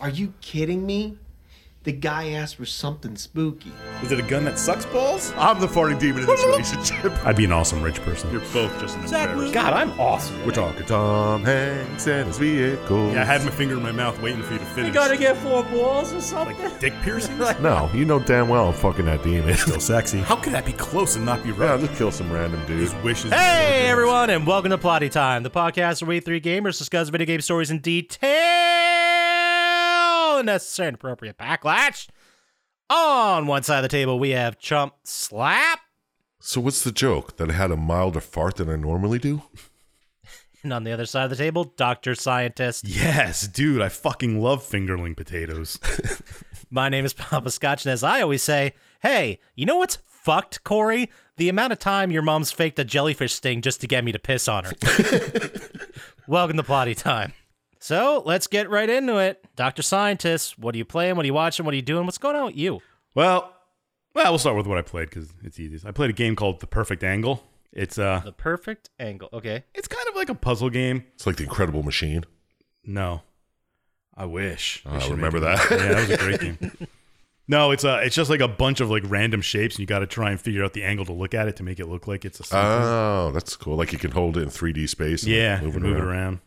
Are you kidding me? The guy asked for something spooky. Is it a gun that sucks balls? I'm the farting demon in this relationship. I'd be an awesome rich person. You're both just an embarrassment. God, I'm awesome. We're talking Tom Hanks and his vehicle. Yeah, I had my finger in my mouth waiting for you to finish. You gotta get four balls or something. like dick piercings? No, you know damn well I'm fucking that demon. Still sexy. How could that be close and not be yeah, I'll right? just kill some random dude. His wishes. Hey everyone, and welcome to Plotty Time, the podcast where we three gamers discuss video game stories in detail and necessary and appropriate backlash. On one side of the table, we have Chump Slap, So what's the joke? That I had a milder fart than I normally do? and on the other side of the table, Doctor Scientist. Yes, dude, I fucking love fingerling potatoes. My name is Papa Scotch, and as I always say, hey, you know what's fucked, Corey? The amount of time your mom's faked a jellyfish sting just to get me to piss on her. Welcome to Plotty Time. So let's get right into it. Dr. Scientist, what are you playing? What are you watching? What are you doing? What's going on with you? well, well, we'll start with what I played because it's easiest. I played a game called The Perfect Angle. It's uh, The perfect angle. Okay. it's kind of like a puzzle game. It's like the Incredible Machine. No, I wish. Oh, I We should remember make that. it- Yeah, that was a great game. No, it's uh, it's just like a bunch of like random shapes, and you got to try and figure out the angle to look at it to make it look like it's a. circle. Oh, that's cool. Like you can hold it in 3D space. and Yeah, move, move it move around. it around.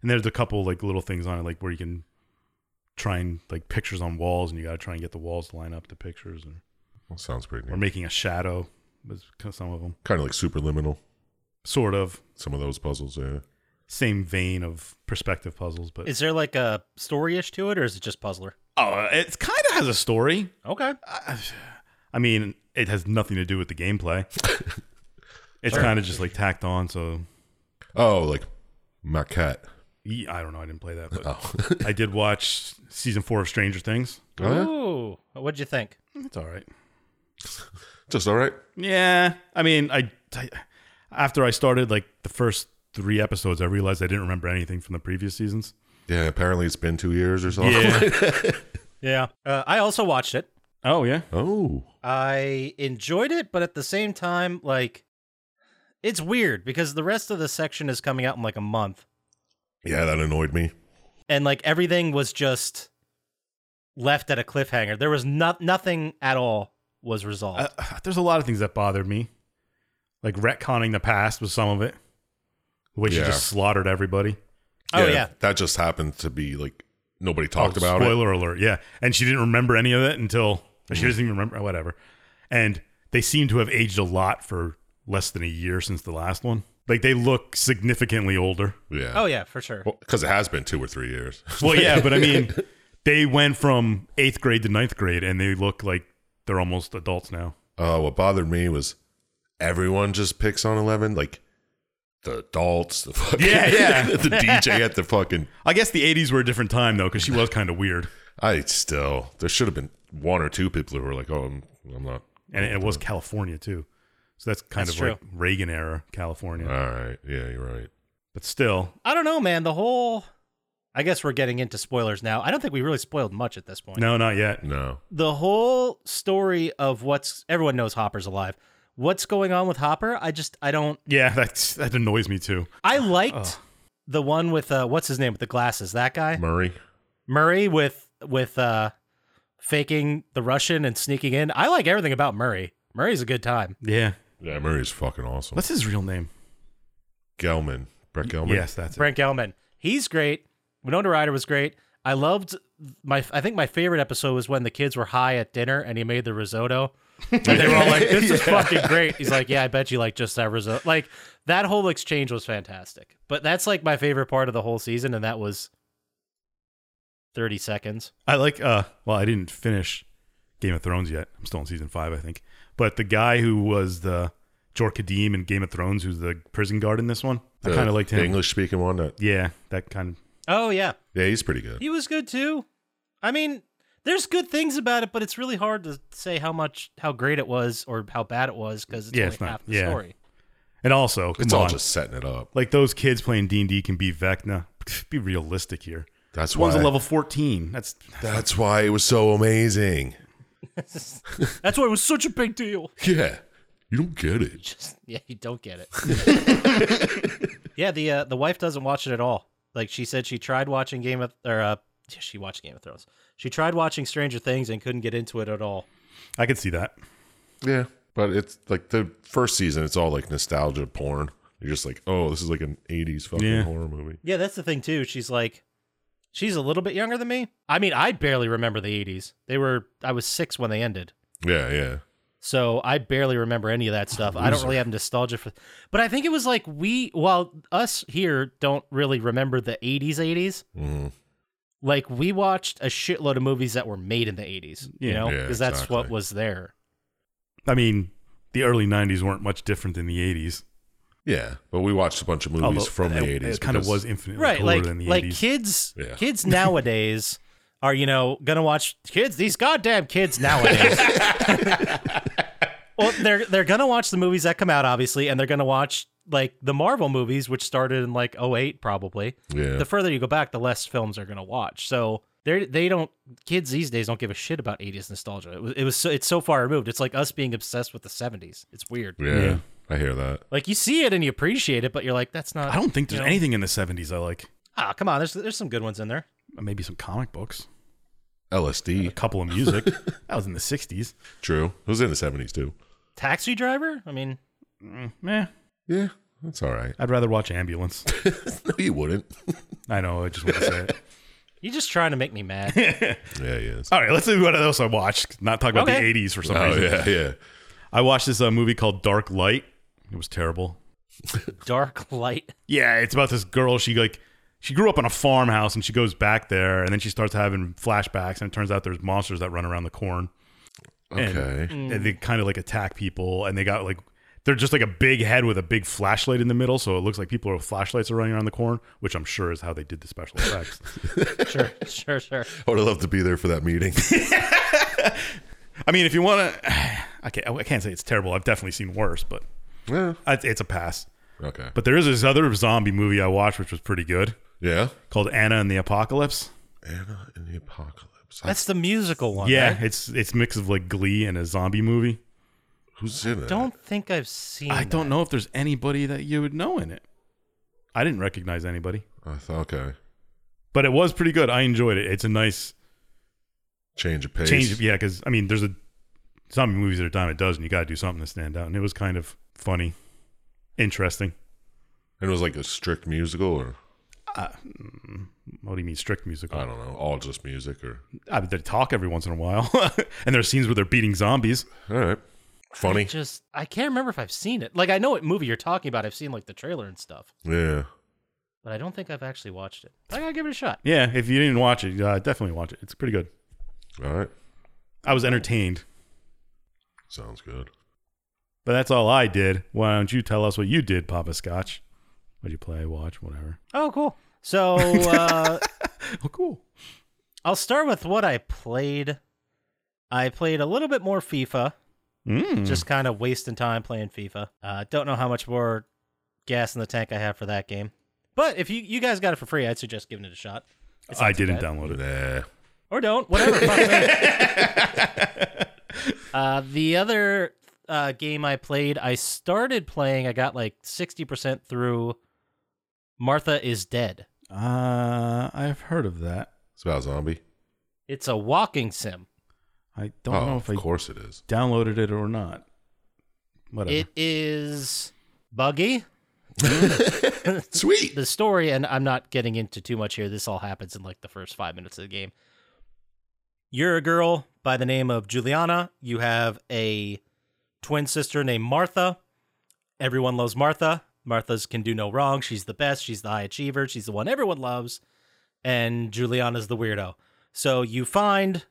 And there's a couple like little things on it, like where you can try and like pictures on walls, and you got to try and get the walls to line up to pictures, and, That sounds pretty or neat. making a shadow. Was kind of some of them Kind of like superliminal. sort of Some of those puzzles. Yeah. same vein of perspective puzzles, but Is there like a story ish to it, or is it just puzzler? oh, it kind of has a story. Okay. I mean, it has nothing to do with the gameplay. it's kind of just like tacked on. So Oh, like Maquette. ye- I don't know. I didn't play that, but Oh. I did watch season four of Stranger Things. Huh? Ooh. What'd you think? It's all right. Just all right. Yeah, I mean, I, I- after I started like the first three episodes, I realized I didn't remember anything from the previous seasons. Yeah, apparently it's been two years or something. Yeah. Uh, I also watched it. oh yeah. oh. I enjoyed it, but at the same time, like, it's weird because the rest of the section is coming out in like a month, Yeah, that annoyed me. and like everything was just left at a cliffhanger. There was not nothing at all was resolved. Uh, there's a lot of things that bothered me, like retconning the past was some of it. The way she Yeah. just slaughtered everybody. Oh, yeah. That just happened to be like nobody Oh, talked about it. Mm-hmm. Spoiler alert. Yeah, and she didn't remember any of it until she doesn't even remember. Whatever. And they seem to have aged a lot for less than a year since the last one. Like they look significantly older. Yeah. oh yeah, for sure. Because it has been two or three years. Well, yeah, but I mean, they went from eighth grade to ninth grade, and they look like they're almost adults now. Uh, what bothered me was everyone just picks on Eleven, like the adults, the fucking, Yeah, yeah. the DJ at the fucking. I guess the '80s were a different time though, because she was kind of weird, I still there should have been one or two people who were like, "Oh, I'm, I'm not." and it was California too. So that's kind That's of like Reagan era California. All right, yeah, you're right. but still, I don't know, man. The whole. I guess we're getting into spoilers now. I don't think we really spoiled much at this point. no, not yet. No, The whole story of what's everyone knows Hopper's alive. What's going on with Hopper? I just I don't Yeah, that's that annoys me too. I liked the one with uh what's his name with the glasses, that guy? Murray. Murray with with uh faking the Russian and sneaking in. I like everything about Murray. Murray's a good time. Yeah, Yeah, Murray's fucking awesome. what's his real name? Gelman, Brett Gelman. Yes, that's it. Frank Elman. He's great. Winona Ryder was great. I loved my I think my favorite episode was when the kids were high at dinner and he made the risotto. And they were all like, This is fucking great. He's like, Yeah, I bet you like just that risotto. Like that whole exchange was fantastic. But that's like my favorite part of the whole season, and that was thirty seconds. I like. uh Well, I didn't finish Game of Thrones yet. I'm still in season five, I think. But the guy who was the Jor Kadim in Game of Thrones, who's the prison guard in this one, I The kind of liked him. English speaking one. That Yeah, that kind of. Oh yeah. yeah, he's pretty good. He was good too. I mean, there's good things about it, but it's really hard to say how much, how great it was or how bad it was because it's Yeah, only it's not- half the yeah. story. And also, come It's all on, just setting it up. like those kids playing D and D can be Vecna. Be realistic here. That's This one's why. a level fourteen. That's That's why it was so amazing. That's why it was such a big deal. Yeah, you don't get it. Just yeah, you don't get it. yeah, the uh, the wife doesn't watch it at all. Like she said, she tried watching Game of or uh, she watched Game of Thrones. She tried watching Stranger Things and couldn't get into it at all. I could see that. Yeah. But it's like the first season, it's all like nostalgia porn. You're just like, oh, this is like an 80s fucking Yeah. horror movie. Yeah, that's the thing too. She's like, she's a little bit younger than me. I mean, I barely remember the '80s. They were I was six when they ended, Yeah, yeah. so I barely remember any of that stuff. I don't really have nostalgia for, but I think it was like we, well, us here don't really remember the '80s '80s. Mm-hmm. Mhm. Like we watched a shitload of movies that were made in the '80s, you Yeah. know, Yeah, because that's what exactly. was there. I mean, the early '90s weren't much different than the '80s. Yeah. But we watched a bunch of movies Although from it- the 80s. It kind of because- was infinitely right cooler like than the like 80s. kids Yeah. kids nowadays are you know gonna watch kids these goddamn kids nowadays well they're they're gonna watch the movies that come out obviously and they're gonna watch like the marvel movies which started in like 08 probably Yeah. the further you go back the less films they're gonna watch so they they don't kids these days don't give a shit about 80s nostalgia it was, it was so, it's so far removed it's like us being obsessed with the 70s it's weird yeah. Yeah. I hear that. like you see it and you appreciate it but you're like that's not I don't think there's you know? anything in the '70s I like. ah come on there's there's some good ones in there Maybe some comic books, a LSD. couple of music. that was in the '60s. True. It was in the 70s too. taxi driver i mean Mm, meh. Yeah. That's all right. I'd rather watch Ambulance. No, you wouldn't. I know. I just want to say it. You're just trying to make me mad. yeah, he is. All right, let's see what else I watched. Not talk about Okay. the '80s Oh, for some Oh, reason. yeah, yeah. I watched this uh, movie called Dark Light. It was terrible. Dark light. Yeah, it's about this girl. She like she grew up on a farmhouse and she goes back there and then she starts having flashbacks and it turns out there's monsters that run around the corn. And- Okay. Mm. And they kind of like attack people and they got like they're just like a big head with a big flashlight in the middle, so it looks like people with flashlights are running around the corn, which I'm sure is how they did the special effects. Sure, sure, sure. I would have loved to be there for that meeting. I mean, if you want to, I can't, I can't say it's terrible. I've definitely seen worse, but yeah. I- it's a pass. Okay. But there is this other zombie movie I watched, which was pretty good, yeah. called Anna and the Apocalypse. Anna in the apocalypse. I- That's the musical one. Yeah, right? it's it's mix of like Glee and a zombie movie. who's in it? Don't think I've seen. I don't know if there's anybody that you would know in it. I didn't recognize anybody, I thought, okay. but it was pretty good. I enjoyed it. It's a nice Change of pace. change. Of, yeah, because I mean, there's a zombie movies at a dime a dozen. You got to do something to stand out, and it was kind of funny, interesting. And it was like a strict musical or Uh, mm, What do you mean strict musical? I don't know, all just music or I mean, they talk every once in a while, and there's scenes where they're beating zombies. all right. Funny. I just I can't remember if I've seen it. Like I know what movie you're talking about. I've seen like the trailer and stuff, Yeah. but I don't think I've actually watched it. I gotta give it a shot. Yeah, if you didn't watch it, uh, definitely watch it. It's pretty good. All right. I was entertained, Sounds good. but that's all I did. Why don't you tell us what you did, Papa Scotch? What'd you play, watch, whatever? Oh, cool. So uh, Oh, cool. I'll start with what I played. I played a little bit more FIFA. Mm. Just kind of wasting time playing FIFA. Uh, don't know how much more gas in the tank I have for that game. But if you, you guys got it for free, I'd suggest giving it a shot. It's not I too didn't bad. download it. Nah. or don't, whatever. fuck me. uh, the other uh, game I played, I started playing. I got like sixty percent through. Martha is dead. Uh, I've heard of that. It's about a zombie. It's a walking sim. I don't oh, know if of I course it is. downloaded it or not. Whatever. It is buggy. Sweet. the story, and I'm not getting into too much here. This all happens in like the first five minutes of the game. You're a girl by the name of Juliana. You have a twin sister named Martha. Everyone loves Martha. Martha's can do no wrong. She's the best. She's the high achiever. She's the one everyone loves. And Juliana's the weirdo. So you find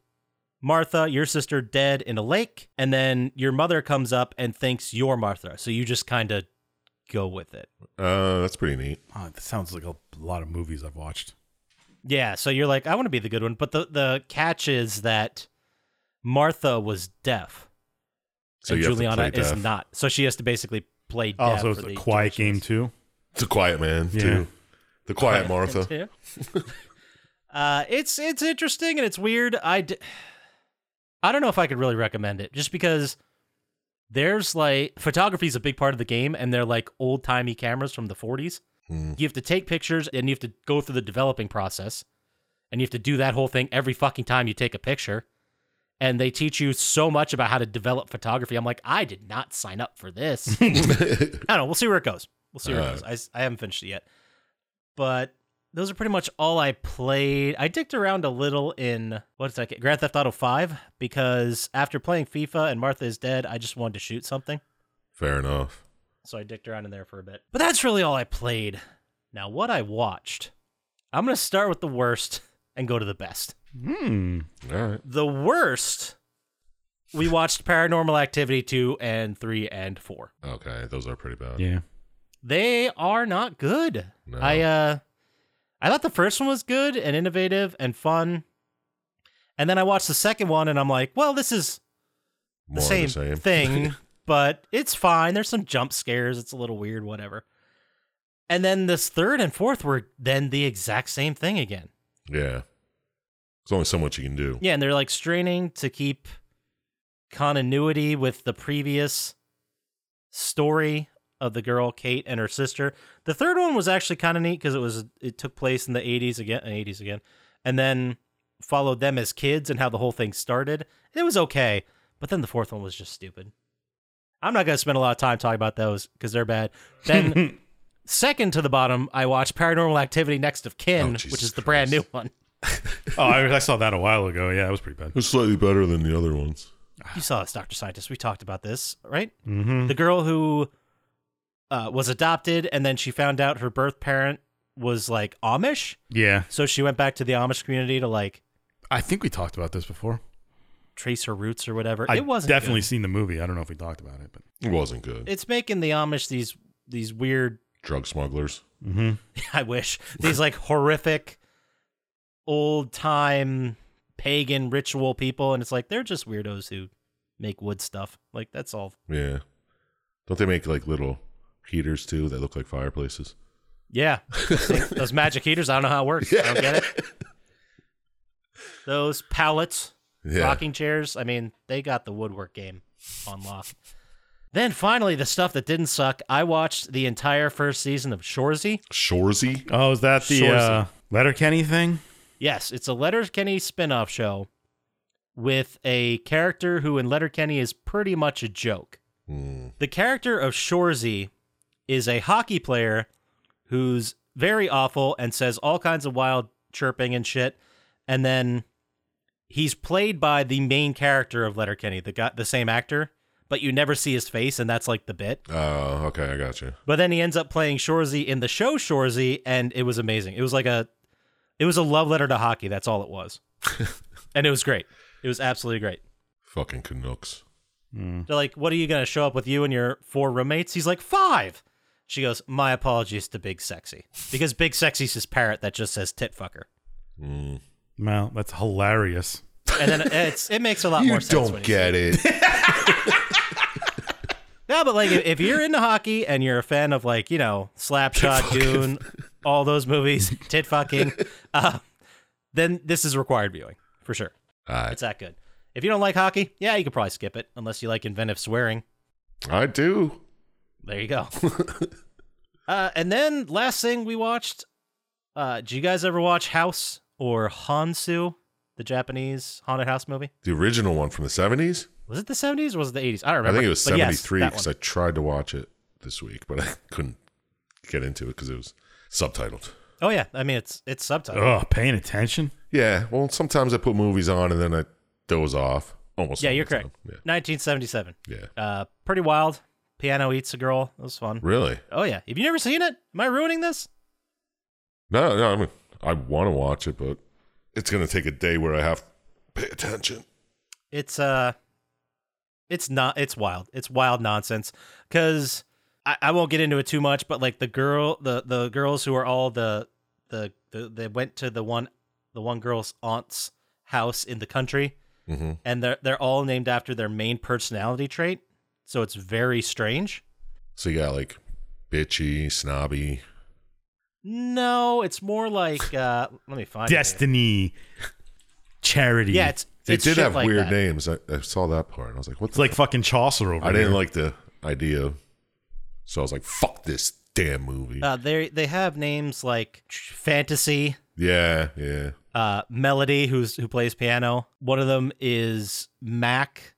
Martha, your sister, dead in a lake. And then your mother comes up and thinks you're Martha. So you just kind of go with it. Uh, that's pretty neat. oh, that sounds like a lot of movies I've watched. Yeah, so you're like, I want to be the good one, but the the catch is that Martha was deaf, So and you have to Juliana play is deaf. not. So she has to basically play Oh, deaf. so it's for a the quiet duration game of too. It's a quiet man Yeah. too. The quiet Martha. the- uh, it's it's interesting and it's weird. I d- I don't know if I could really recommend it just because there's like photography is a big part of the game, and they're like old timey cameras from the 40s. You have to take pictures and you have to go through the developing process. and you have to do that whole thing every fucking time you take a picture. And they teach you so much about how to develop photography. I'm like, I did not sign up for this. I Hmm. don't know. We'll see where it goes. We'll see where it goes. I s- I, haven't finished it yet. But those are pretty much all I played. I dicked around a little in, what did I get? Grand Theft Auto 5, because after playing FIFA and Martha is Dead, I just wanted to shoot something. Fair enough. So I dicked around in there for a bit. But that's really all I played. Now, what I watched, I'm going to start with the worst and go to the best. Hmm. All right. The worst, we watched Paranormal Activity 2 and 3 and 4. Okay. Those are pretty bad. Yeah. They are not good. No. I uh I thought the first one was good and innovative and fun. And then I watched the second one and I'm like, well, this is More the of same, the same thing, but it's fine. There's some jump scares. It's a little weird, whatever. And then this third and fourth were then the exact same thing again. yeah. There's only so much you can do. Yeah, and they're like straining to keep continuity with the previous story of the girl Kate and her sister. The third one was actually kind of neat because it was it took place in the 80s again, 80s again, and then followed them as kids and how the whole thing started. It was okay, but then the fourth one was just stupid. I'm not going to spend a lot of time talking about those because they're bad. Then, second to the bottom, I watched Paranormal Activity Next of Kin, Oh, which Jesus is the brand new one. Oh, I, I saw that a while ago. Yeah, it was pretty bad. It's slightly better than the other ones. You saw this, Dr. Scientist. We talked about this, right? Mm-hmm. The girl who uh, was adopted and then she found out her birth parent was like Amish. Yeah. So she went back to the Amish community to like I think we talked about this before. trace her roots or whatever. I it wasn't definitely good. seen the movie. I don't know if we talked about it, but It wasn't good. It's making the Amish these these weird Drug smugglers. I wish these like horrific old time pagan ritual people and it's like they're just weirdos who make wood stuff. Like that's all. Yeah. Don't they make like little heaters too that look like fireplaces? Yeah. Those magic heaters, I don't know how it works. I don't get it. Those pallets, Yeah. rocking chairs, I mean, they got the woodwork game on lock. Then finally, the stuff that didn't suck. I watched the entire first season of Shorzy. Shorzy. oh, is that the Sourcing. uh, Letterkenny thing? Yes, it's a Letterkenny spin-off show with a character who in Letterkenny is pretty much a joke. Mm. The character of Shorzy is a hockey player who's very awful and says all kinds of wild chirping and shit. And then he's played by the main character of Letterkenny, the guy, the same actor, but you never see his face, and that's like the bit. Oh, okay. I got you. But then he ends up playing Shorzy in the show Shorzy, and it was amazing. It was like a, it was a love letter to hockey. That's all it was, and it was great. It was absolutely great. Fucking Canucks. They're like, "What are you gonna show up with you and your four roommates?" He's like, five. She goes, "My apologies to Big Sexy because Big Sexy's his parrot that just says tit fucker." Well, that's hilarious. And then it's it makes a lot You more sense. don't when you get it. No, but like if, if you're into hockey and you're a fan of like you know Slapshot, Dune, all those movies, tit fucking, uh, then this is required viewing for sure. I, It's that good. If you don't like hockey, yeah, you could probably skip it unless you like inventive swearing. I do. There you go. uh, and then last thing we watched. Uh, do you guys ever watch House or Hansu, the Japanese haunted house movie? The original one from the 70s? Was it the 70s or was it the 80s? I don't I remember. think it was but yes, 73 that because one. I tried to watch it this week, but I couldn't get into it because it was subtitled. oh yeah, I mean it's it's subtitled. Oh, paying attention. Yeah. Well, sometimes I put movies on and then I doze off. Almost. yeah, all you're the correct. time. 1977. Yeah. Yeah. Uh, pretty wild. Piano eats a girl. That was fun. Really? Oh yeah. Have you never seen it? Am I ruining this? No, no. I mean, I want to watch it, but it's going to take a day where I have to pay attention. it's uh it's not it's wild it's wild nonsense because I, I won't get into it too much but like the girl the the girls who are all the the, the they went to the one the one girl's aunt's house in the country Mhm. and they're they're all named after their main personality trait so it's very strange So you got like bitchy, snobby. no it's more like uh let me find it. Destiny, charity. yeah it's They it's did shit have like weird that. names. I, I saw that part. I was like, what It's the like fucking Chaucer over I here. didn't like the idea. So I was like, fuck this damn movie. Uh, they they have names like fantasy, Yeah, yeah. uh, Melody, who's who plays piano. One of them is Mac,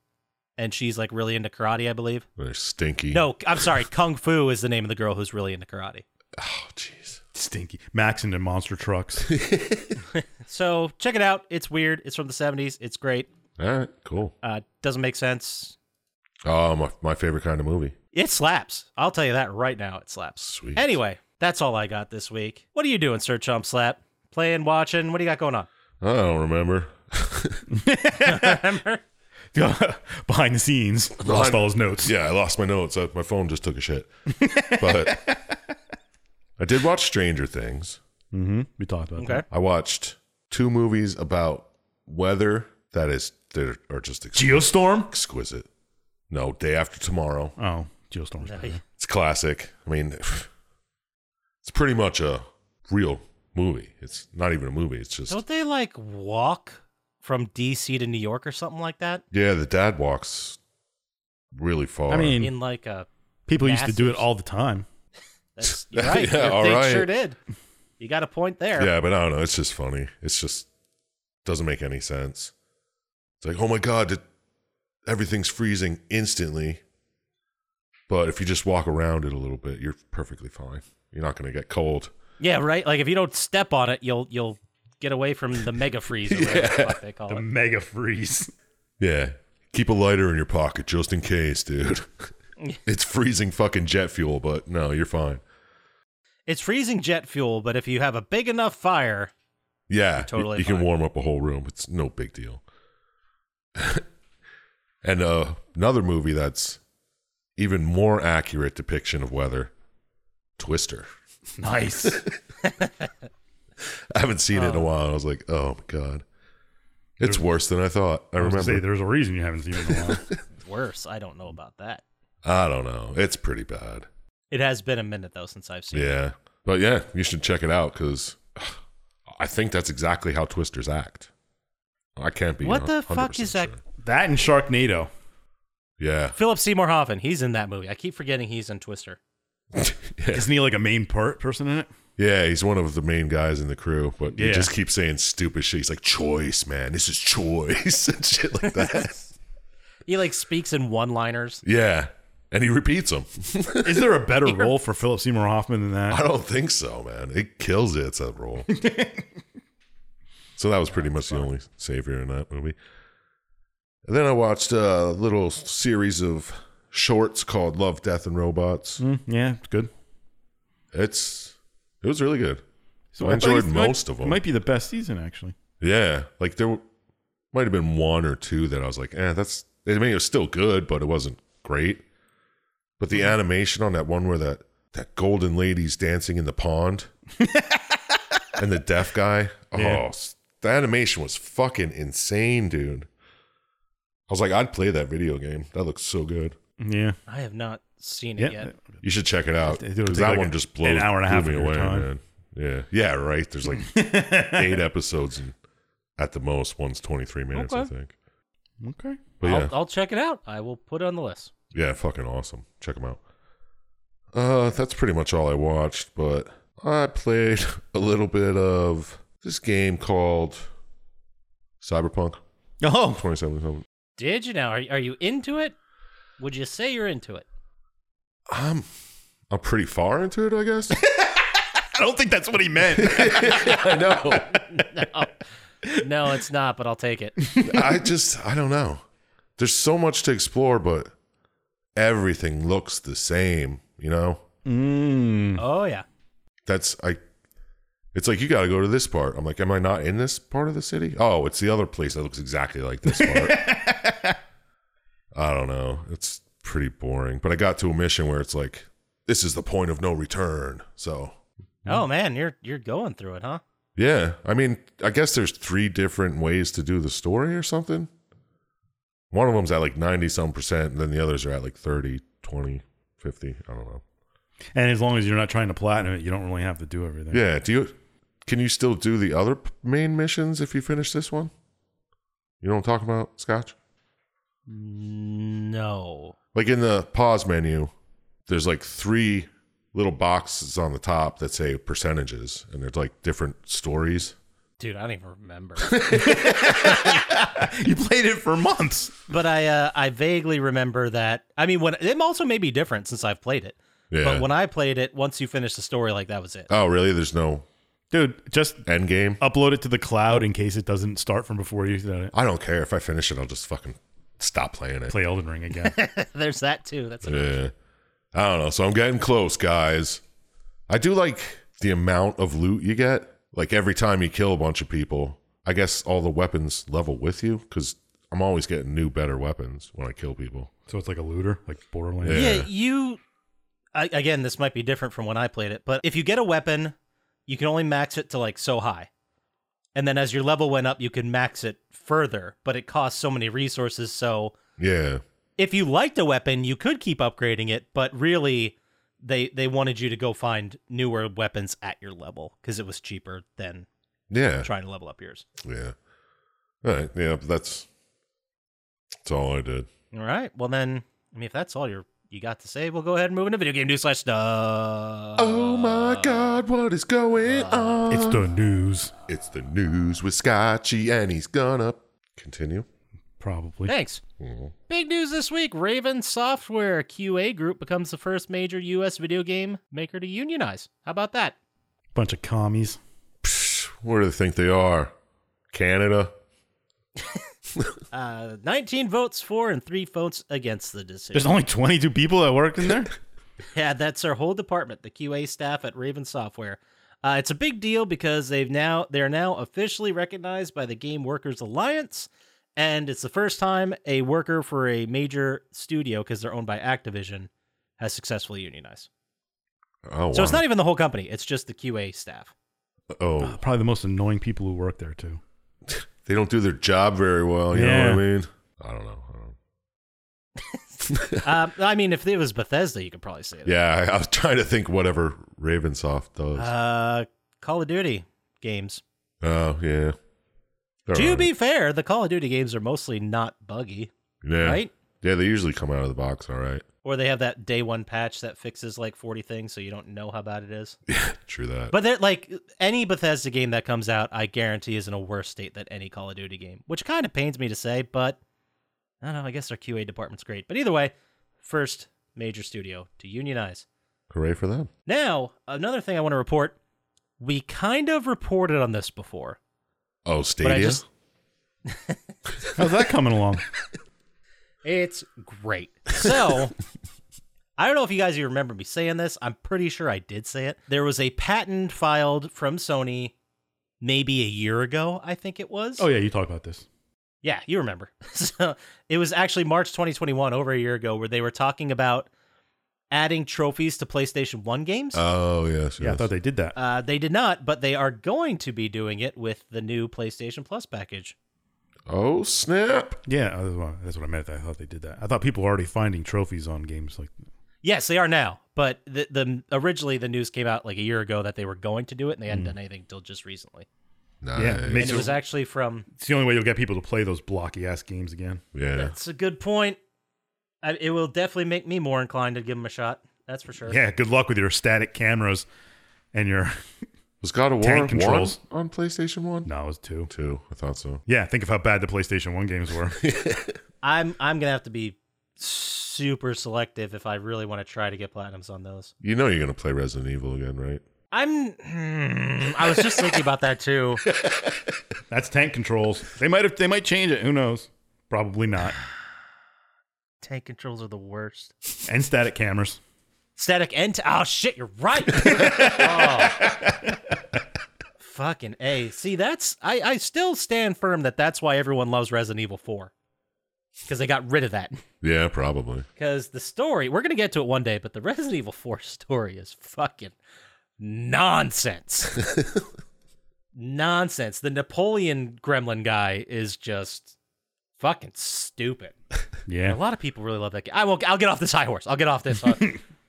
and she's like really into karate, I believe. They're stinky. No, I'm sorry, Kung Fu is the name of the girl who's really into karate. Oh, jeez. Stinky. Max into monster trucks. So check it out. It's weird. It's from the 70s. It's great. All right, cool. Uh, doesn't make sense. Oh, my, my favorite kind of movie. It slaps. I'll tell you that right now. It slaps. Sweet. Anyway, that's all I got this week. What are you doing, Sir Chump Slap? Playing, watching. What do you got going on? I don't remember. Behind the scenes, lost all his notes. Yeah, I lost my notes. Uh, My phone just took a shit. But I did watch Stranger Things. Mm-hmm. We talked about Okay. that. I watched two movies about weather that is that are just ex- Geostorm? exquisite. No, Day After Tomorrow. Oh, Geostorm's better. It's classic. I mean, it's pretty much a real movie. It's not even a movie. It's just Don't they like walk from DC to New York or something like that? yeah. The dad walks really far. I mean, In like a people used to do it massive- all the time. That's you're right. Yeah, all they right. sure did. You got a point there. yeah, but I don't know. It's just funny. It's just doesn't make any sense. It's like, oh my god, it, everything's freezing instantly. But if you just walk around it a little bit, you're perfectly fine. You're not going to get cold. Yeah, right. Like if you don't step on it, you'll you'll get away from the mega freeze or whatever the fuck they call The it. mega freeze. Yeah. Keep a lighter in your pocket just in case, dude. it's freezing fucking jet fuel, but no, you're fine. It's freezing jet fuel, but if you have a big enough fire, Yeah, you- totally You, can fine. warm up a whole room. It's no big deal. and uh, another movie that's even more accurate depiction of weather, Twister. Nice. I haven't seen it in a while. I was like, oh my god, it's worse than I thought. I I was gonna say remember. there's a reason you haven't seen it in a while. it's worse. I don't know about that. I don't know. It's pretty bad. It has been a minute though since I've seen it. Yeah, but yeah, you should check it out because I think that's exactly how Twisters act. I can't be. What the 100% fuck is that- sure. that and Sharknado. Yeah. Philip Seymour Hoffman, he's in that movie. I keep forgetting he's in Twister. yeah. Isn't he like a main part person in it? Yeah, he's one of the main guys in the crew, but he Yeah. just keeps saying stupid shit. He's like, choice, man. This is choice and shit like that. He like speaks in one-liners. yeah. And he repeats them. Is there a better role for Philip Seymour Hoffman than I that? don't think so, man. It kills it, that role. so that was pretty much the only savior in that movie. And then I watched a little series of shorts called Love, Death, and Robots. Mm, yeah, it's good. It's it was really good. So I thought enjoyed it might- most of 'em. It might be the best season actually. Yeah, like there were, might have been one or two that I was like, eh, that's. I mean, it was still good, but it wasn't great. But the animation on that one where that that golden lady's dancing in the pond, and the deaf guy. Oh, Yeah. s- the animation was fucking insane, dude. I was like, I'd play that video game. That looks so good. Yeah. I have not seen Yeah. it yet. You should check it out It would take because that like one a- just blows an hour and a half blew me of your away, time. man. Yeah, yeah, right. There's like eight episodes, and at the most, one's twenty three minutes, I Okay. think. Okay. But yeah, I'll, I'll check it out. I will put it on the list. yeah, fucking awesome. Check them out. Uh, that's pretty much all I watched, but I played a little bit of this game called Cyberpunk Oh, 2077. Did you now? Are, are you into it? Would you say you're into it? I'm I'm pretty far into it, I guess. I don't think that's what he meant. I know. No, it's not, but I'll take it. I just I don't know. There's so much to explore, but everything looks the same, you know? mm. Oh yeah. that's I. It's like you got to go to this part. I'm like, am I not in this part of the city? Oh, it's the other place that looks exactly like this part. I don't know. It's pretty boring. But I got to a mission where it's like, this is the point of no return. So Oh man, you're you're going through it, huh? yeah, I mean, I guess there's three different ways to do the story or something. One of them's at like 90 some percent, and then the others are at like 30, 20, 50. I don't know. And as long as you're not trying to platinum it, you don't really have to do everything. Yeah. Do you? Can you still do the other p- main missions if you finish this one? You know what I'm talking about, Scotch? No. Like in the pause menu, there's like three little boxes on the top that say percentages, and there's like different stories. Dude, I don't even remember. You played it for months. but I uh, I vaguely remember that. I mean, when it also may be different since I've played it. Yeah. But when I played it, once you finish the story, like that was it. Oh, really? There's no Dude, just end game. upload it to the cloud in case it doesn't start from before you did it. I don't care if I finish it. I'll just fucking stop playing it. Play Elden Ring again. There's that too. That's another- Yeah. I don't know. So I'm getting close, guys. I do like the amount of loot you get. Like every time you kill a bunch of people, I guess all the weapons level with you because I'm always getting new, better weapons when I kill people. so it's like a looter, like Borderlands. Yeah. yeah. You I, again, this might be different from when I played it, but if you get a weapon, you can only max it to like so high, and then as your level went up, you can max it further. But it costs so many resources, so Yeah. if you liked a weapon, you could keep upgrading it, but really they they wanted you to go find newer weapons at your level because it was cheaper than Yeah. trying to level up yours. Yeah. All right. Yeah. But that's that's all I did. All right. Well then, I mean if that's all you're you got to say, we'll go ahead and move into video game news slash stuff. oh my God! What is Uh, going on? It's It's, the news, the news with Scotchy, and he's gonna continue. probably. Thanks. Big news this week Raven Software QA Group becomes the first major U.S. video game maker to unionize. How about that? Bunch of commies. Where do they think they are? Canada. Uh, 19 votes for and three votes against the decision. There's only 22 people that worked in there. Yeah, that's our whole department, the QA staff at Raven Software. Uh, it's a big deal because they've now they're now officially recognized by the Game Workers Alliance, and it's the first time a worker for a major studio because they're owned by Activision has successfully unionized. Oh, So it's wow. not even the whole company; it's just the QA staff. Oh, Probably the most annoying people who work there too. they don't do their job very well. You know Yeah. what I mean? I don't know. I don't- um, I mean, if it was Bethesda, you could probably say that. Yeah, I, I was trying to think whatever Ravensoft does. Uh, Call of Duty games. oh yeah. They're to on be it. fair, the Call of Duty games are mostly not buggy, yeah. right? Yeah, they usually come out of the box all right. Or they have that day one patch that fixes like 40 things so you don't know how bad it is. True that. But they're like any Bethesda game that comes out, I guarantee is in a worse state than any Call of Duty game, which kind of pains me to say, but I don't know. I guess their QA department's great. But either way, first major studio to unionize. Hooray for them. Now, another thing I want to report we kind of reported on this before, Oh, but I Stadia. just. How's that coming along? It's great. So, I don't know if you guys even remember me saying this. I'm pretty sure I did say it. There was a patent filed from Sony maybe a year ago, I think it was. Oh yeah, you talk about this. Yeah, you remember. so it was actually March 2021, over a year ago, where they were talking about adding trophies to PlayStation 1 games. Uh, oh yes. Yeah, I yes. thought they did that. they did not, but they are going to be doing it with the new PlayStation Plus package. oh snap! yeah, that's what, that's what I meant. I thought they did that. I thought people were already finding trophies on games like Yes, they are now. But the, the originally the news came out like a year ago that they were going to do it, and they hadn't done anything till just recently. Nice. Yeah, and it was actually from. it's the only way you'll get people to play those blocky ass games again. yeah. That's a good point. I, it will definitely make me more inclined to give them a shot. That's for sure. Yeah, good luck with your static cameras and your Was God of War Tank one controls. on PlayStation One? No, it was two. Two. I thought so. Yeah, think of how bad the PlayStation 1 games were. I'm I'm gonna have to be super selective if I really want to try to get platinums on those. You know you're gonna play Resident Evil again, right? I'm. hmm, I was just thinking about that too. That's tank controls. They might have they might change it, who knows? Probably not. Tank controls are the worst. And static cameras. Static end. Oh shit, you're right. Oh. Fucking a. See, that's I. I still stand firm that that's why everyone loves Resident Evil Four, because they got rid of that. Yeah, probably. Because the story, we're gonna get to it one day, but the Resident Evil 4 story is fucking nonsense. nonsense. The Napoleon gremlin guy is just fucking stupid. A Yeah. lot of people really love that game. I will I'll get off this high horse. I'll get off this. uh,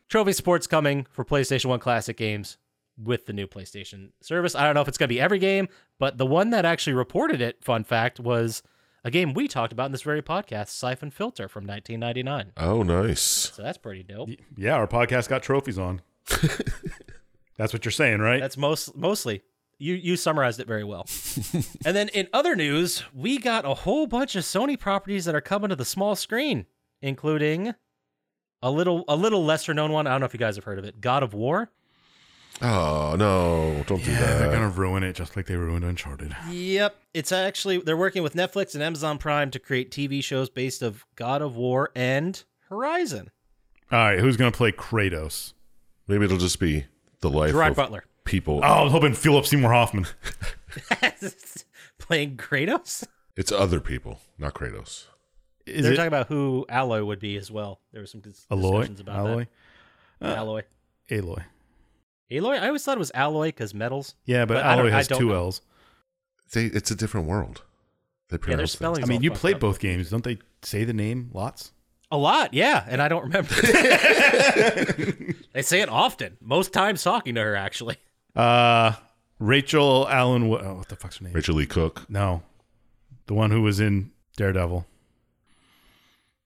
Trophy support's coming for PlayStation 1 classic games with the new PlayStation service. I don't know if it's going to be every game, but the one that actually reported it, fun fact, was a game we talked about in this very podcast, Siphon Filter from 1999. Oh, nice. So that's pretty dope. Yeah, our podcast got trophies on. That's what you're saying, right? That's most mostly. You you summarized it very well. and then in other news, we got a whole bunch of Sony properties that are coming to the small screen, including a little a little lesser known one. I don't know if you guys have heard of it. God of War. Oh no! Don't do yeah, they're that. gonna ruin it just like they ruined Uncharted. Yep. It's actually they're working with Netflix and Amazon Prime to create TV shows based of God of War and Horizon. All right, who's gonna play Kratos? Maybe it'll just be the life Gerard of Butler. people. Oh, I was hoping Philip Seymour Hoffman. Playing Kratos? It's other people, not Kratos. Is they're it talking about who Alloy would be as well. There were some dis- Aloy? discussions about Aloy? Uh, that. Alloy. Aloy. Aloy? I always thought it was alloy because metals. Yeah, but, But I don't- Alloy has I don't two know. L's. They, it's a different world. They Yeah, pronounce their things. spelling. I mean, you played both games, don't they? Say the name lots. a lot, yeah, and I don't remember. they say it often, most times talking to her actually. Uh, Rachel Allen. Wo- Oh, what the fuck's her name? Rachel Lee Cook. No, the one who was in Daredevil.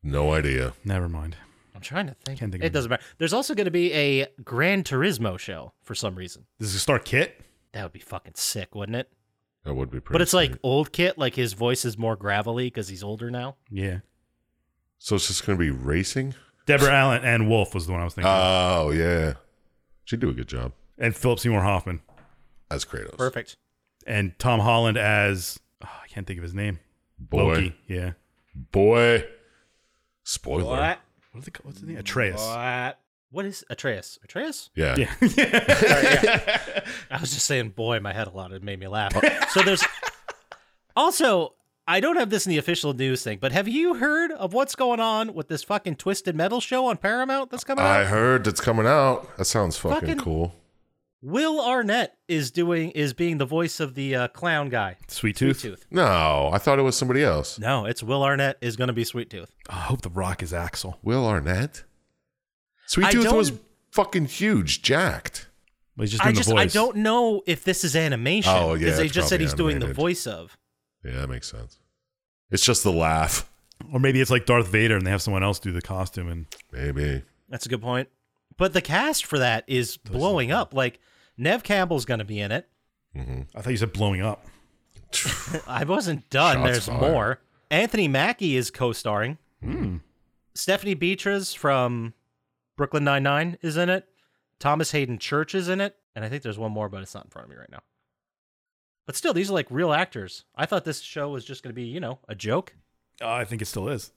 No idea. Never mind. I'm trying to think. Can't think of it it. doesn't matter. There's also going to be a Gran Turismo show for some reason. This is Star Kit. That would be fucking sick, wouldn't it? That would be pretty. but it's like sweet. old Kit, like his voice is more gravelly because he's older now. Yeah. so. It's just gonna be racing. Deborah Allen and Wolf was the one I was thinking. of. Oh yeah, she'd do a good job And Philip Seymour Hoffman as Kratos. Perfect. and Tom Holland as oh, I can't think of his name. Boy, Loki. Yeah. boy. Spoiler. What? What is it? called? What's his name? Atreus. What? What is Atreus? Atreus? Yeah. Yeah. I was just saying boy in my head a lot. It made me laugh. so there's also, I don't have this in the official news thing, but have you heard of what's going on with this fucking Twisted Metal show on Paramount that's coming I out? heard it's coming out. That sounds fucking, Fucking- cool. Will Arnett is doing is being the voice of the uh, clown guy. Sweet Tooth. Sweet Tooth. No, I thought it was somebody else. No, it's Will Arnett is going to be Sweet Tooth. I hope The Rock is Axel. Will Arnett. Sweet I Tooth don't- was fucking huge, jacked. Well, he's just I doing just the voice. I don't know if this is animation Oh, yeah, they it's just said probably he's doing the animated. voice of. Yeah, that makes sense. It's just the laugh, Or maybe it's like Darth Vader and they have someone else do the costume and maybe. That's a good point. But the cast for that is blowing up. Like Nev Campbell's going to be in it. Mm-hmm. I thought you said blowing up. I wasn't done. Shots There's fired. Hmm. more. Anthony Mackie is co-starring. Stephanie Beatriz from Brooklyn Nine Nine is in it. Thomas Hayden Church is in it, and I think there's one more, but it's not in front of me right now. But still, these are like real actors. I thought this show was just going to be, you know, a joke. Uh, I think it still is.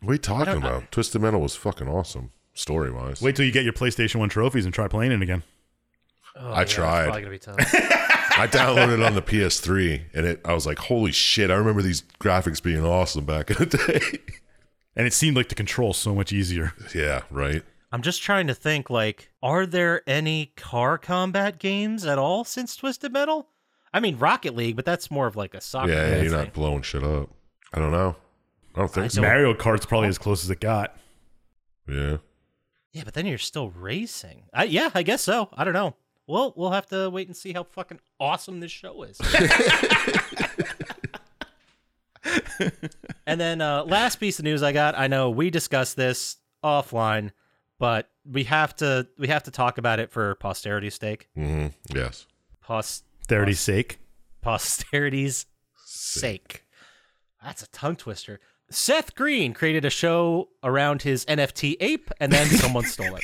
What are you talking don't know. about? Twisted Metal was fucking awesome, story wise. Wait till you get your PlayStation 1 trophies and try playing it again. Oh, I tried. It's probably going to be tough. I downloaded it on the PS3, and it I was like, holy shit! I remember these graphics being awesome back in the day. And it seemed like the control so much easier. yeah, right. I'm just trying to think. Like, are there any car combat games at all since Twisted Metal? I mean, Rocket League, but that's more of like a soccer. yeah, thing. you're not blowing shit up. I don't know. I don't think I so. don't- Mario Kart's probably as close as it got. Yeah. Yeah, but then you're still racing. I, yeah, I guess so. I don't know. Well, we'll have to wait and see how fucking awesome this show is. and then uh, last piece of news I got. I know we discussed this offline, but we have to we have to talk about it for posterity's sake. hmm Yes. Pos- Therity's sake. posterity's sake. That's a tongue twister. Seth Green created a show around his NFT ape, and then someone stole it.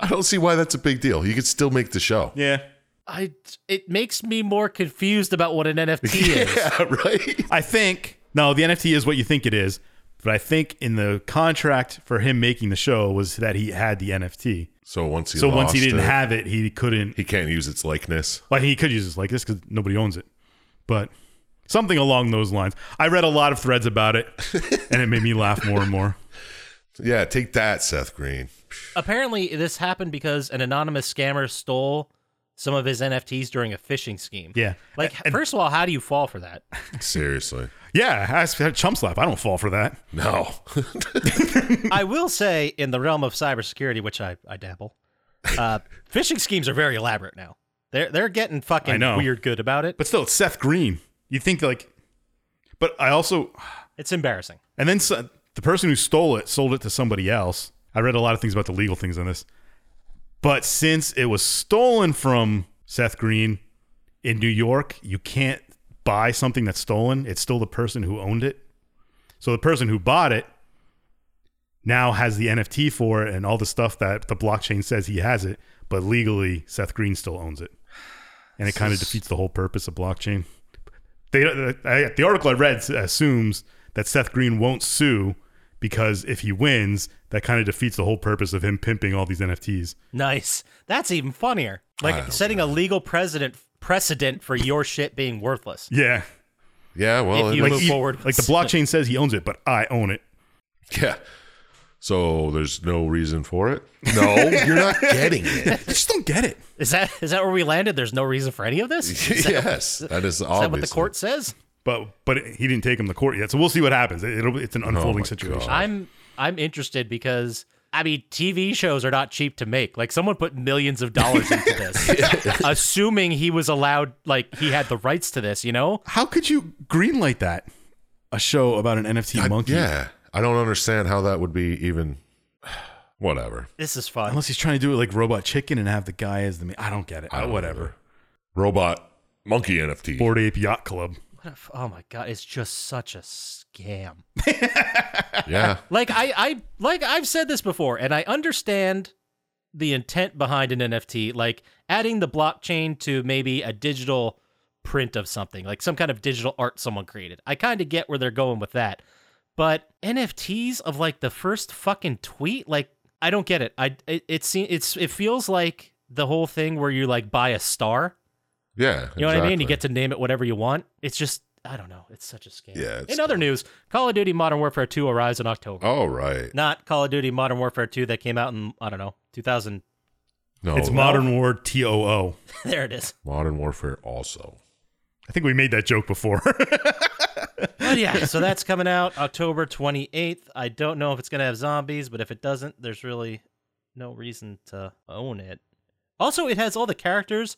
I don't see why that's a big deal. You could still make the show. Yeah. I it makes me more confused about what an NFT is. Yeah, right. I think, no, the NFT is what you think it is. But I think in the contract for him making the show was that he had the NFT. So once he so once he lost didn't it, have it, he couldn't. he can't use its likeness. Well, he could use this like this because nobody owns it. But something along those lines. I read a lot of threads about it, and it made me laugh more and more. Yeah, take that, Seth Green. Apparently, this happened because an anonymous scammer stole some of his NFTs during a phishing scheme. Yeah. Like, And- first of all, how do you fall for that? Seriously. Yeah, I s- had chump slap. I don't fall for that. No. I will say, in the realm of cybersecurity, which I, I dabble, uh, phishing schemes are very elaborate now. They're they're getting I fucking know. weird good about it. But still, it's Seth Green. You think like, but I also, It's embarrassing. and then so, the person who stole it sold it to somebody else. I read a lot of things about the legal things on this. But since it was stolen from Seth Green in New York, you can't buy something that's stolen. It's still the person who owned it. So the person who bought it now has the NFT for it and all the stuff that the blockchain says he has it, but legally Seth Green still owns it. And it kind of defeats the whole purpose of blockchain. They, I, the article I read assumes that Seth Green won't sue because if he wins, that kind of defeats the whole purpose of him pimping all these NFTs. Nice. That's even funnier. Like setting a legal precedent precedent for your shit being worthless. Yeah. Yeah, well, If it- you Like, move e- forward. like the blockchain says he owns it, but I own it. yeah. So there's no reason for it. No, you're not getting it. I just don't get it. Is that is that where we landed? There's no reason for any of this? Is that, is yes, that is that what the obvious. court says? But but he didn't take him to court yet, so we'll see what happens. It- It'll, it's an unfolding my situation. God. I'm I'm interested because I mean TV shows are not cheap to make. Like someone put millions of dollars into this, assuming he was allowed, like he had the rights to this. You know, How could you greenlight that? A show about an NFT I- monkey? Yeah, I don't understand how that would be even. Whatever. this is fun. Unless he's trying to do it like Robot Chicken and have the guy as the main. I don't get it. I don't Uh, Whatever. either. Robot monkey NFT. Board Ape Yacht Club. What a f- oh my god, it's just such a scam. Yeah. Like I, I like I've said this before, and I understand the intent behind an NFT, like adding the blockchain to maybe a digital print of something, like some kind of digital art someone created. I kind of get where they're going with that. But NFTs of like the first fucking tweet, like I don't get it. I it, it se- it's it feels like the whole thing where you like buy a star. Yeah. You know what I mean? You get to name it whatever you want. It's just I don't know. It's such a scam. Yeah, it's In other news, Call of Duty Modern Warfare 2 arrives in October Oh right. not Call of Duty Modern Warfare 2 that came out in I don't know 2000. No. it's Modern War TOO. there it is. Modern Warfare also. I think we made that joke before. But yeah, so that's coming out October 28th. I don't know if it's gonna have zombies, but if it doesn't, there's really no reason to own it. Also, it has all the characters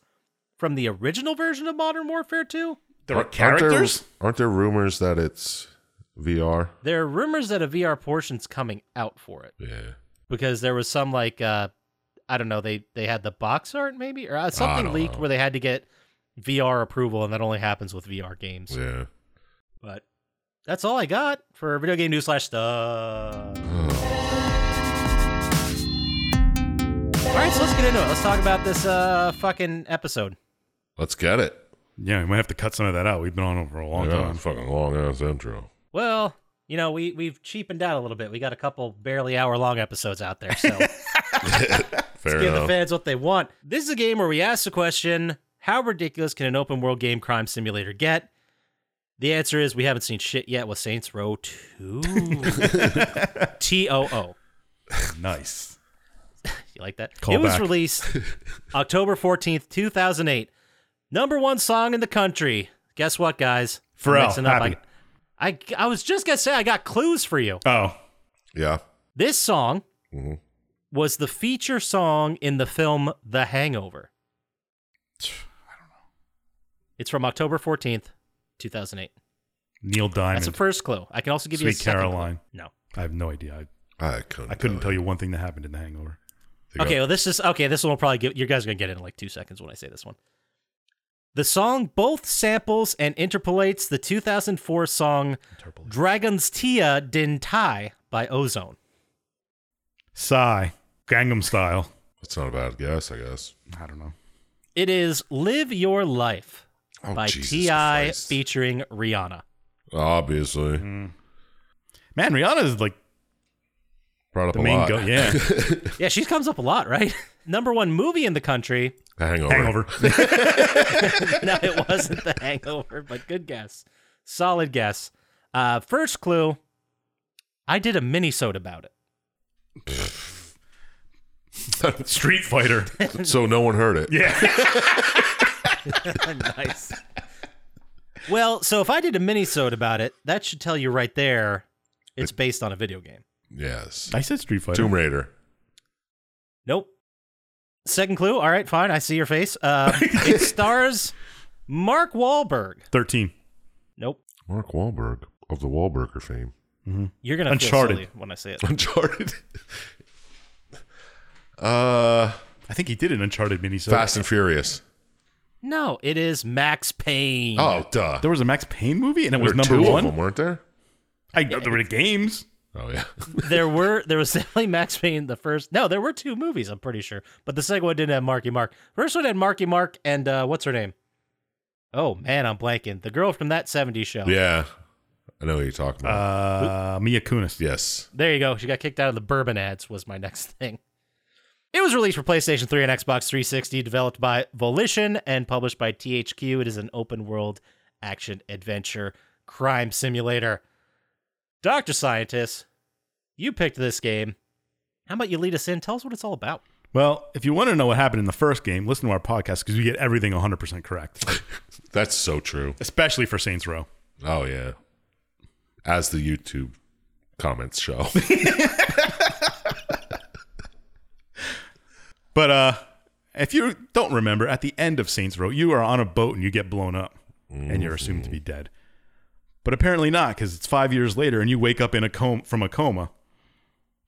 from the original version of Modern Warfare 2. there are Aren't- aren't there- characters? Aren't there, rumors that it's VR? There are rumors that a VR portion's coming out for it Yeah. because there was some like uh I don't know they they had the box art maybe or uh, something don't leaked know. where they had to get VR approval and that only happens with VR games. Yeah. But that's all I got for video game news slash stuff. All right, so let's get into it. Let's talk about this uh fucking episode. Let's get it. Yeah, we might have to cut some of that out. We've been on it for a long yeah, time. Fucking long ass intro. Well, you know we we've cheapened out a little bit. We got a couple barely hour long episodes out there, so Fair give the enough. fans what they want. This is a game where we ask the question: How ridiculous can an open world game crime simulator get? The answer is we haven't seen shit yet with Saints Row Two. T O O. Nice. You like that? Call it was back. released October 14th, 2008. Number one song in the country. Guess what, guys? I'm Pharrell, mixing Happy. I, I, I was just going to say, I got clues for you. Oh, yeah. This song Mhm. was the feature song in the film The Hangover. It's from October 14th, 2008. Neil Diamond. That's the first clue. I can also give you a Sweet second clue. Caroline. No. I have no idea. I, I couldn't. I couldn't tell you one thing that happened in The Hangover. They got- Okay, well, this is okay. This one will probably get you guys are gonna get it in like two seconds when I say this one. The song both samples and interpolates the 2004 song "Dragons Tia Din Tai" by Ozone. Psy, Gangnam Style. That's not a bad guess, I guess. I don't know. It is "Live Your Life" Oh, by Jesus Ti Christ. featuring Rihanna. Obviously. Mm-hmm. Man, Rihanna is like Brought up the a main lot. go. Yeah. Yeah, she comes up a lot, right? Number one movie in the country. The hangover. Hangover. no, it wasn't The Hangover, but good guess, solid guess. Uh, first clue: I did a minisode about it. Street Fighter. so no one heard it. Yeah. nice. Well, so if I did a mini-sode about it, that should tell you right there it's based on a video game. Yes. I said Street Fighter. Tomb Raider. Nope. Second clue. All right, fine. I see your face. Uh, it stars Mark Wahlberg. 13. Nope. Mark Wahlberg of the Wahlberger fame. You're going to feel Uncharted. silly when I say it. Uncharted. uh, I think he did an Uncharted mini. Fast and Furious. No, it is Max Payne. Oh, duh. There was a Max Payne movie, and it was there were number two one. of them, weren't there? I know there were the games. Oh yeah. there were there was definitely Max Payne the first. No, there were two movies. I'm pretty sure, but the second one didn't have Marky Mark. First one had Marky Mark and uh, what's her name? Oh man, I'm blanking. The girl from that '70s show. yeah. I know what you're talking about. Uh, Mia Kunis. yes. There you go. She got kicked out of the bourbon ads. Was my next thing. It was released for PlayStation 3 and Xbox 360, developed by Volition and published by THQ. It is an open world action adventure crime simulator. Dr. Scientist, you picked this game. How about you lead us in? Tell us what it's all about. Well, if you want to know what happened in the first game, listen to our podcast because we get everything 100% correct, That's so true. especially for Saints Row. Oh yeah. As the YouTube comments show. But uh, if you don't remember, at the end of Saints Row, you are on a boat and you get blown up and you're assumed to be dead. But apparently not because it's five years later and you wake up in a com- from a coma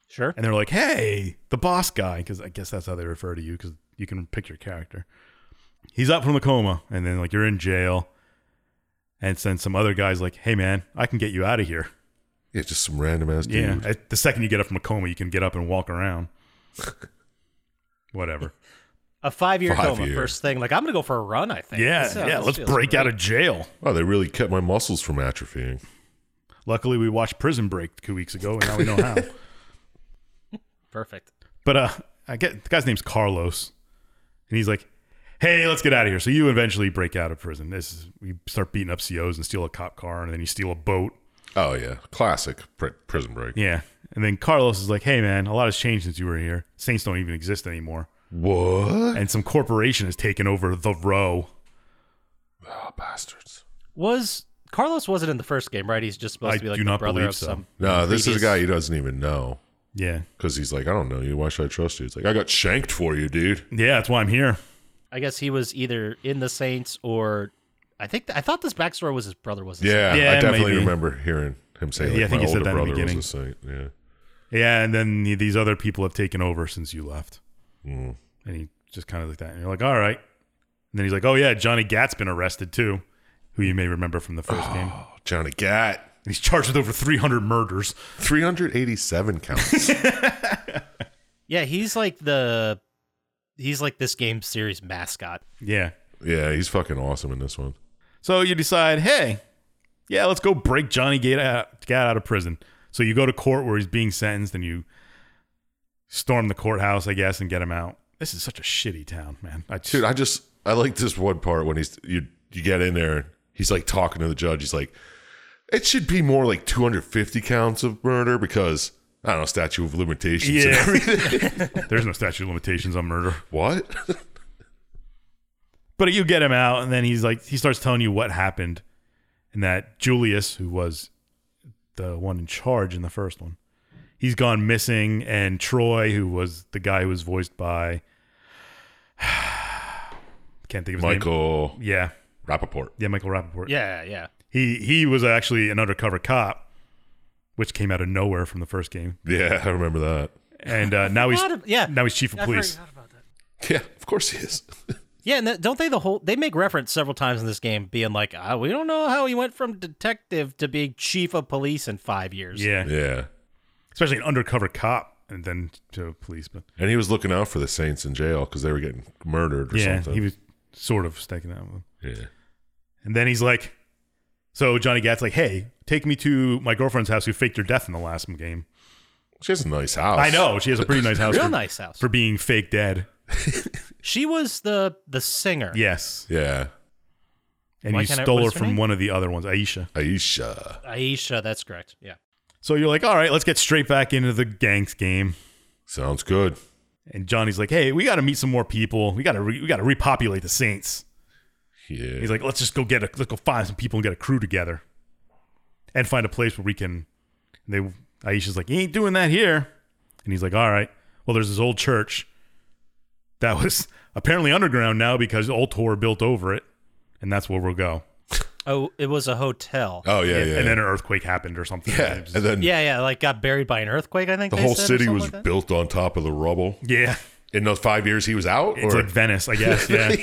Sure. and they're like, "Hey, the boss guy," because I guess that's how they refer to you, because you can pick your character. He's up from the coma, and then like you're in jail, and then some other guy's like, "Hey, man, I can get you out of here." yeah, just some random ass dude. Yeah, at- the second you get up from a coma, you can get up and walk around. Whatever. A five year Five coma, year. first thing. Like, I'm going to go for a run, I think. Yeah, This sounds- yeah. this Let's feels break great. out of jail. Oh, they really kept my muscles from atrophying. Luckily, we watched Prison Break two weeks ago, and now we know how. Perfect. But uh, I get the guy's name's Carlos, and he's like, "Hey, let's get out of here." So you eventually break out of prison. This is, you start beating up COs and steal a cop car, and then you steal a boat. Oh yeah. Classic pr- prison break. Yeah, and then Carlos is like, "Hey, man, a lot has changed since you were here. Saints don't even exist anymore, What? and some corporation has taken over the row." Oh, bastards. Was Carlos wasn't in the first game, right? He's just supposed I to be like do the not brother believe of so. some. No, this is previous- a guy he doesn't even know Yeah, because he's like, I don't know you. Why should I trust you? It's like I got shanked for you, dude. yeah, that's why I'm here. I guess he was either in the Saints or I think I thought this backstory was his brother was. the Yeah, Yeah, I definitely maybe. remember hearing him say. Yeah, Like, I think my he said older that in the brother beginning. Was a saint. Yeah. Yeah, and then the- these other people have taken over since you left. Mm. And he just kind of like that. And you're like, all right. And then he's like, oh, yeah, Johnny Gat's been arrested too, who you may remember from the first game. Oh, Johnny Gat. And he's charged with over 300 murders. 387 counts. Yeah, he's like the he's like this game series mascot. Yeah. yeah, he's fucking awesome in this one. So you decide, hey, yeah, let's go break Johnny Gat out, Gat out of prison. So you go to court where he's being sentenced and you storm the courthouse, I guess, and get him out. This is such a shitty town, man. I just, Dude, I just I like this one part when he's you you get in there, he's like talking to the judge. He's like, it should be more like 250 counts of murder because I don't know statute of limitations. and Yeah. everything. there's no statute of limitations on murder. what? But you get him out, and then he's like, he starts telling you what happened, and that Julius, who was the one in charge in the first one, he's gone missing, and Troy, who was the guy who was voiced by, can't think of his Michael name. Yeah, Rappaport. yeah, Michael Rappaport. Yeah, yeah. he he was actually an undercover cop, which came out of nowhere from the first game, Yeah, I remember that. and uh, now he's Not a- yeah. now he's chief of police. Yeah, of course he is. Yeah, and that, don't they the whole they make reference several times in this game being like, ah, we don't know how he went from detective to being chief of police in five years. Yeah, yeah. especially an undercover cop, and then to police, but. And he was looking out for the saints in jail because they were getting murdered or yeah, something. he was sort of staking out with him. yeah. And then he's like, so Johnny Gat's like, hey, take me to my girlfriend's house who faked her death in the last game. She has a nice house. I know she has a pretty nice house. Real for, nice house. for being fake dead. She was the the singer. Yes, Yeah. and Why you can't I- stole what her is her from name? one of the other ones, Aisha. Aisha. Aisha, that's correct. Yeah. So you're like, all right, let's get straight back into the gangs game. Sounds good. And Johnny's like, hey, we got to meet some more people. We got to re- we got to repopulate the Saints. Yeah. He's like, let's just go get a let's go find some people and get a crew together, and find a place where we can. They Aisha's like, you ain't doing that here, and he's like, all right. Well, there's this old church that was apparently underground now because Old Tor built over it, and that's where we'll go. Oh, it was a hotel. oh yeah, yeah. And then an earthquake happened or something. yeah. It was- And then yeah, yeah, like got buried by an earthquake, I think. the they whole said, or city something was like that. built on top of the rubble. yeah. in those five years he was out? It's or like Venice, I guess. Yeah.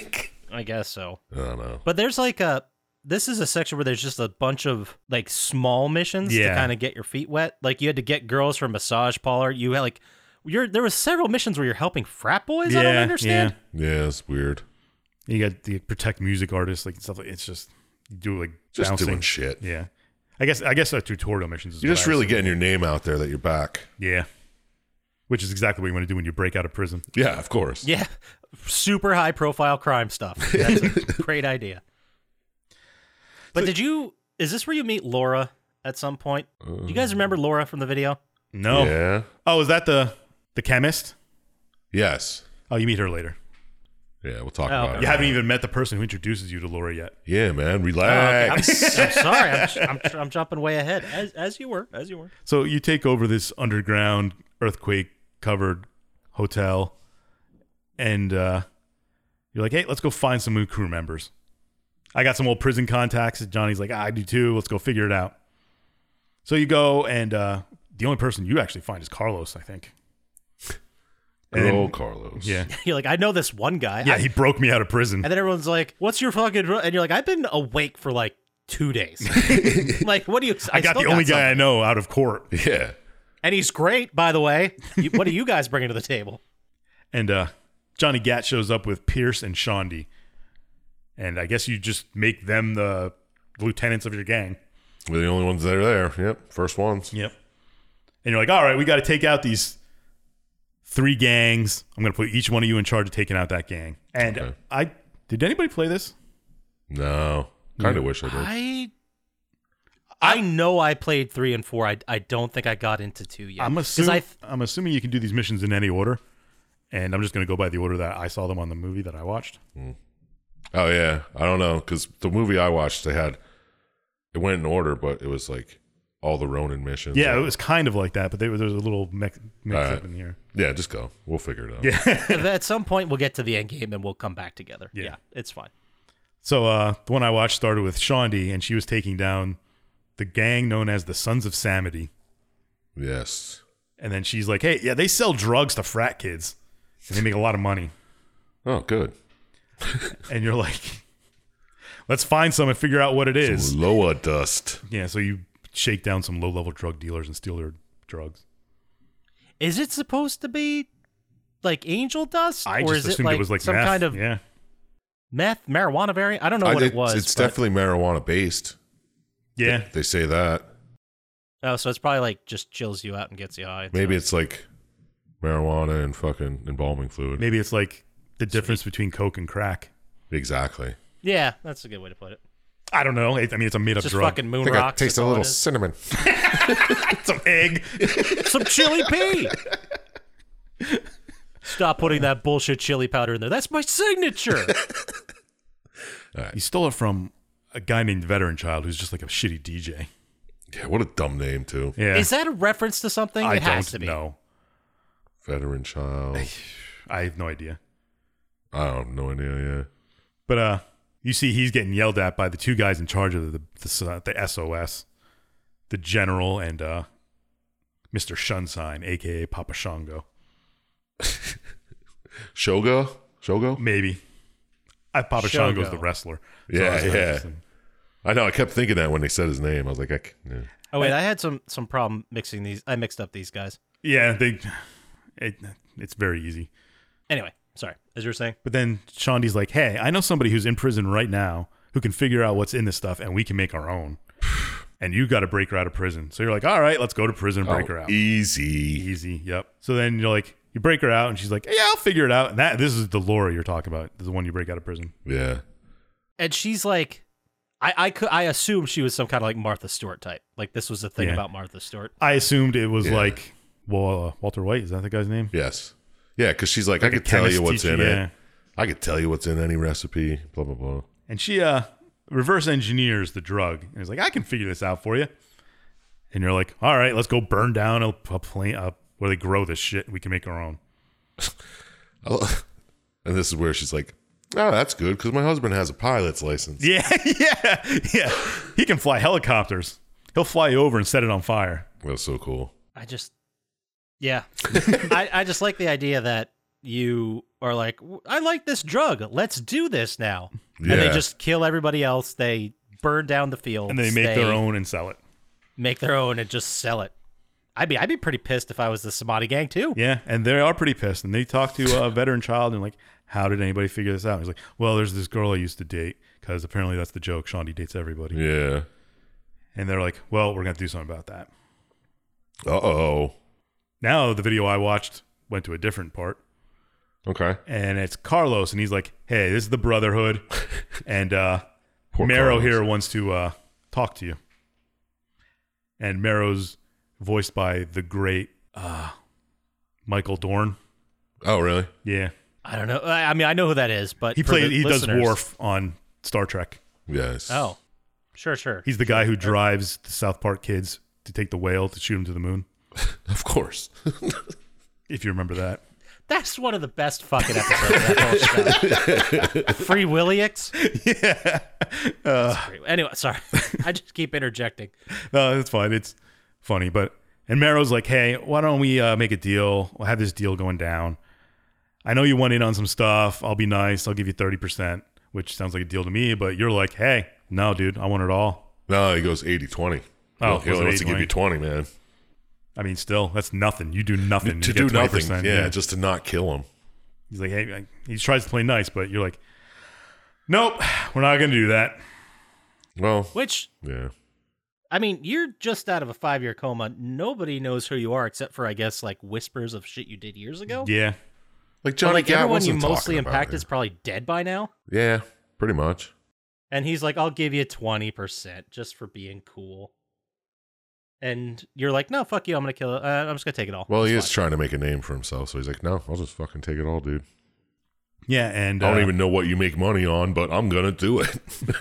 I guess so. I don't know. But there's like a this is a section where there's just a bunch of like small missions to Yeah. kind of get your feet wet. Like you had to get girls from massage parlor. You had like you're there was several missions where you're helping frat boys. I don't Yeah, understand. Yeah, it's weird. You got the protect music artists, like stuff like it's just you do like Just bouncing. doing shit. Yeah. I guess I guess our tutorial missions is You're what just I was really thinking. getting your name out there that you're back. Yeah. Which is exactly what you want to do when you break out of prison. Yeah, of course. Yeah, super high profile crime stuff. That's a great idea. But did you? Is this where you meet Laura at some point? Do you guys remember Laura from the video? No. Yeah. Oh, is that the the chemist? Yes. Oh, you meet her later. Yeah, we'll talk Oh, about okay. You it. haven't even Oh, met the person who introduces you to Laura yet. Yeah, Uh, man. okay. I'm, Relax. I'm sorry, I'm, I'm, I'm jumping way ahead. As as you were, as you were. So you take over this underground earthquake covered hotel and uh, you're like, hey, let's go find some new crew members. I got some old prison contacts. Johnny's like, I do too. Let's go figure it out. So you go, and uh, the only person you actually find is Carlos, I think. Good And- old Carlos. Yeah. You're like, I know this one guy. Yeah, I- he broke me out of prison. And then everyone's like, "What's your fucking?" ro-" And you're like, "I've been awake for like two days. like, what do you?" I got still the only guy I something. know out of court. Yeah. and he's great, by the way. You, what are you guys bringing to the table? And uh, Johnny Gat shows up with Pierce and Shondi. And I guess you just make them the lieutenants of your gang. We're the only ones that are there. Yep. First ones. Yep. And you're like, all right, we got to take out these three gangs. I'm going to put each one of you in charge of taking out that gang. And Okay. I did anybody play this? No. Kind of wish I did. I, I know I played three and four. I, I don't think I got into two yet. I'm 'Cause assuming I th- I'm assuming you can do these missions in any order. And I'm just going to go by the order that I saw them on the movie that I watched. Oh yeah, I don't know because the movie I watched they had it went in order, but it was like all the Ronin missions. Yeah, it was kind of like that, but they, there was a little mix, mix All right. up in here. yeah. Just go. We'll figure it out. Yeah. at some point we'll get to the end game and we'll come back together. Yeah. it's fine. So uh, the one I watched started with Shondi, and she was taking down the gang known as the Sons of Samity. Yes. And then she's like, hey, yeah, they sell drugs to frat kids, and they make a lot of money. Oh, good. and you're like, let's find some and figure out what it is. Loa dust. yeah, so you shake down some low level drug dealers and steal their drugs. Is it supposed to be like angel dust, I just or is it assumed like, it was like some meth. kind of yeah. meth marijuana variant? I don't know I- what it it's- was. It's but- definitely marijuana based. Yeah. They say that. oh, so it's probably like just chills you out and gets you high. Maybe it's like marijuana and fucking embalming fluid. Maybe it's like the difference between coke and crack. Exactly. Yeah, that's a good way to put it. I don't know. It- I mean, it's a made up It's just drug. fucking I moon think I rocks. taste that's a all little it is. cinnamon. some egg. some chili pea. Stop putting that bullshit chili powder in there. That's my signature. he stole it from a guy named Veteran Child, who's just like a shitty DJ. yeah. What a dumb name too. Yeah. Is that a reference to something? I it has don't to be. know. Veteran child. I have no idea. I don't have no idea. Yeah. But uh, you see, he's getting yelled at by the two guys in charge of the the, uh, the SOS, the general and uh, Mister Shunsign, aka Papa Shango. Shoga. Shogo. Maybe I Papa Shango. Shango's the wrestler. Yeah, that's yeah. interesting. I know. I kept thinking that when they said his name. I was like, I, c- yeah. Oh wait, I had some some problem mixing these. I mixed up these guys. yeah. They, it, it's very easy. Anyway, sorry. As you were saying, But then Shandy's like, "Hey, I know somebody who's in prison right now who can figure out what's in this stuff, and we can make our own." And you got to break her out of prison. So you're like, "All right, let's go to prison, and break Oh, her out." Easy. Easy. Yep. So then you're like, you break her out, and she's like, "Yeah, I'll figure it out." And that this is the Laura you're talking about, the one you break out of prison. Yeah. and she's like, I I could I assumed she was some kind of like Martha Stewart type. Like this was the thing Yeah. about Martha Stewart. I assumed it was Yeah. like, well, uh, Walter White is that the guy's name? Yes. Yeah, because she's like, I Like could a tell you chemist what's teacher, in yeah. it. I could tell you what's in any recipe. Blah blah blah. And she uh, reverse engineers the drug, and is like, "I can figure this out for you." And you're like, "All right, let's go burn down a, a plant up where they grow this shit. We can make our own." I lo- Oh. and this is where she's like, Oh, that's good because my husband has a pilot's license. Yeah, yeah, yeah. He can fly helicopters. He'll fly you over and set it on fire. That's so cool. I just, yeah, I I just like the idea that you are like, I like this drug. Let's do this now. And they Yeah. just kill everybody else. They burn down the field. and they make their own and sell it. Make their own and just sell it. I'd be I'd be pretty pissed if I was the Samadhi gang too. Yeah, and they are pretty pissed. And they talk to a veteran child and like, how did anybody figure this out? And he's like, well, there's this girl I used to date because apparently that's the joke. Shaundi dates everybody. Yeah. And they're like, well, we're gonna do something about that. Uh oh. Now the video I watched went to a different part, Okay. and it's Carlos, and he's like, hey, this is the Brotherhood, and uh, Poor Mero Carlos. here wants to uh, talk to you. And Mero's voiced by the great uh, Michael Dorn. Oh really? Yeah, I don't know. I, I mean, I know who that is, but he for plays. the He does listeners- Worf on Star Trek. Yes. Oh, sure, sure. He's the guy who drives the South Park kids to take the whale to shoot him to the moon. Of course. If you remember that, That's one of the best fucking episodes. of that whole show. Free Willyx. yeah, Anyway, sorry. I just keep interjecting. no, it's fine. It's funny, but and Mero's like, hey, why don't we uh, make a deal? We'll have this deal going down. I know you want in on some stuff. I'll be nice. I'll give you thirty percent, which sounds like a deal to me. But you're like, hey, no, dude, I want it all. No, he goes 80-20. Oh, he was it only wants to give you twenty, man. I mean, still, that's nothing. You do nothing to you do get nothing. 20%, yeah, just to not kill him. he's like, hey, like, he tries to play nice, but you're like, nope, we're not gonna do that. Well, Which yeah. I mean, you're just out of a five year coma. Nobody knows who you are except for, I guess, like whispers of shit you did years ago. Yeah, Like But, Johnny like Gat everyone you wasn't mostly talking about impact it. is probably dead by now. Yeah, pretty much. And he's like, I'll give you 20% just for being cool. And you're like, no, fuck you. I'm going to kill it. Uh, I'm just going to take it all. Well, he It's is trying to make a name for himself, so he's like, "No, I'll just fucking take it all, dude. yeah, and I don't uh, even know what you make money on, but I'm gonna do it."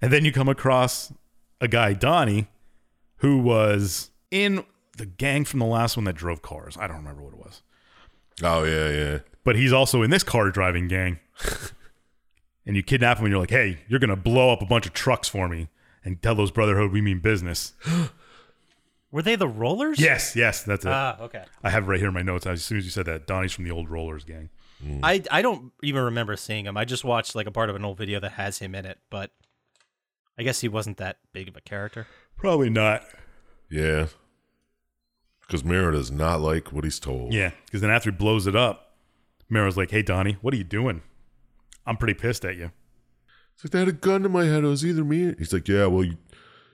And then you come across a guy, Donnie, who was in the gang from the last one that drove cars. I don't remember what it was. oh yeah, yeah. But he's also in this car driving gang. and you kidnap him and you're like, hey, you're going to blow up a bunch of trucks for me and tell those Brotherhood we mean business. fine. Were they the rollers? yes, yes, that's it. Ah, okay. I have right here in my notes. As soon as you said that, Donnie's from the old Rollers gang. Mm. I, I don't even remember seeing him. I just watched like a part of an old video that has him in it, but I guess he wasn't that big of a character. Probably not. Yeah. Because Mira does not like what he's told. Yeah, because then after he blows it up, Mero's like, hey, Donnie, what are you doing? I'm pretty pissed at you. It's like, they had a gun to my head. It was either me. He's like, yeah, well, you,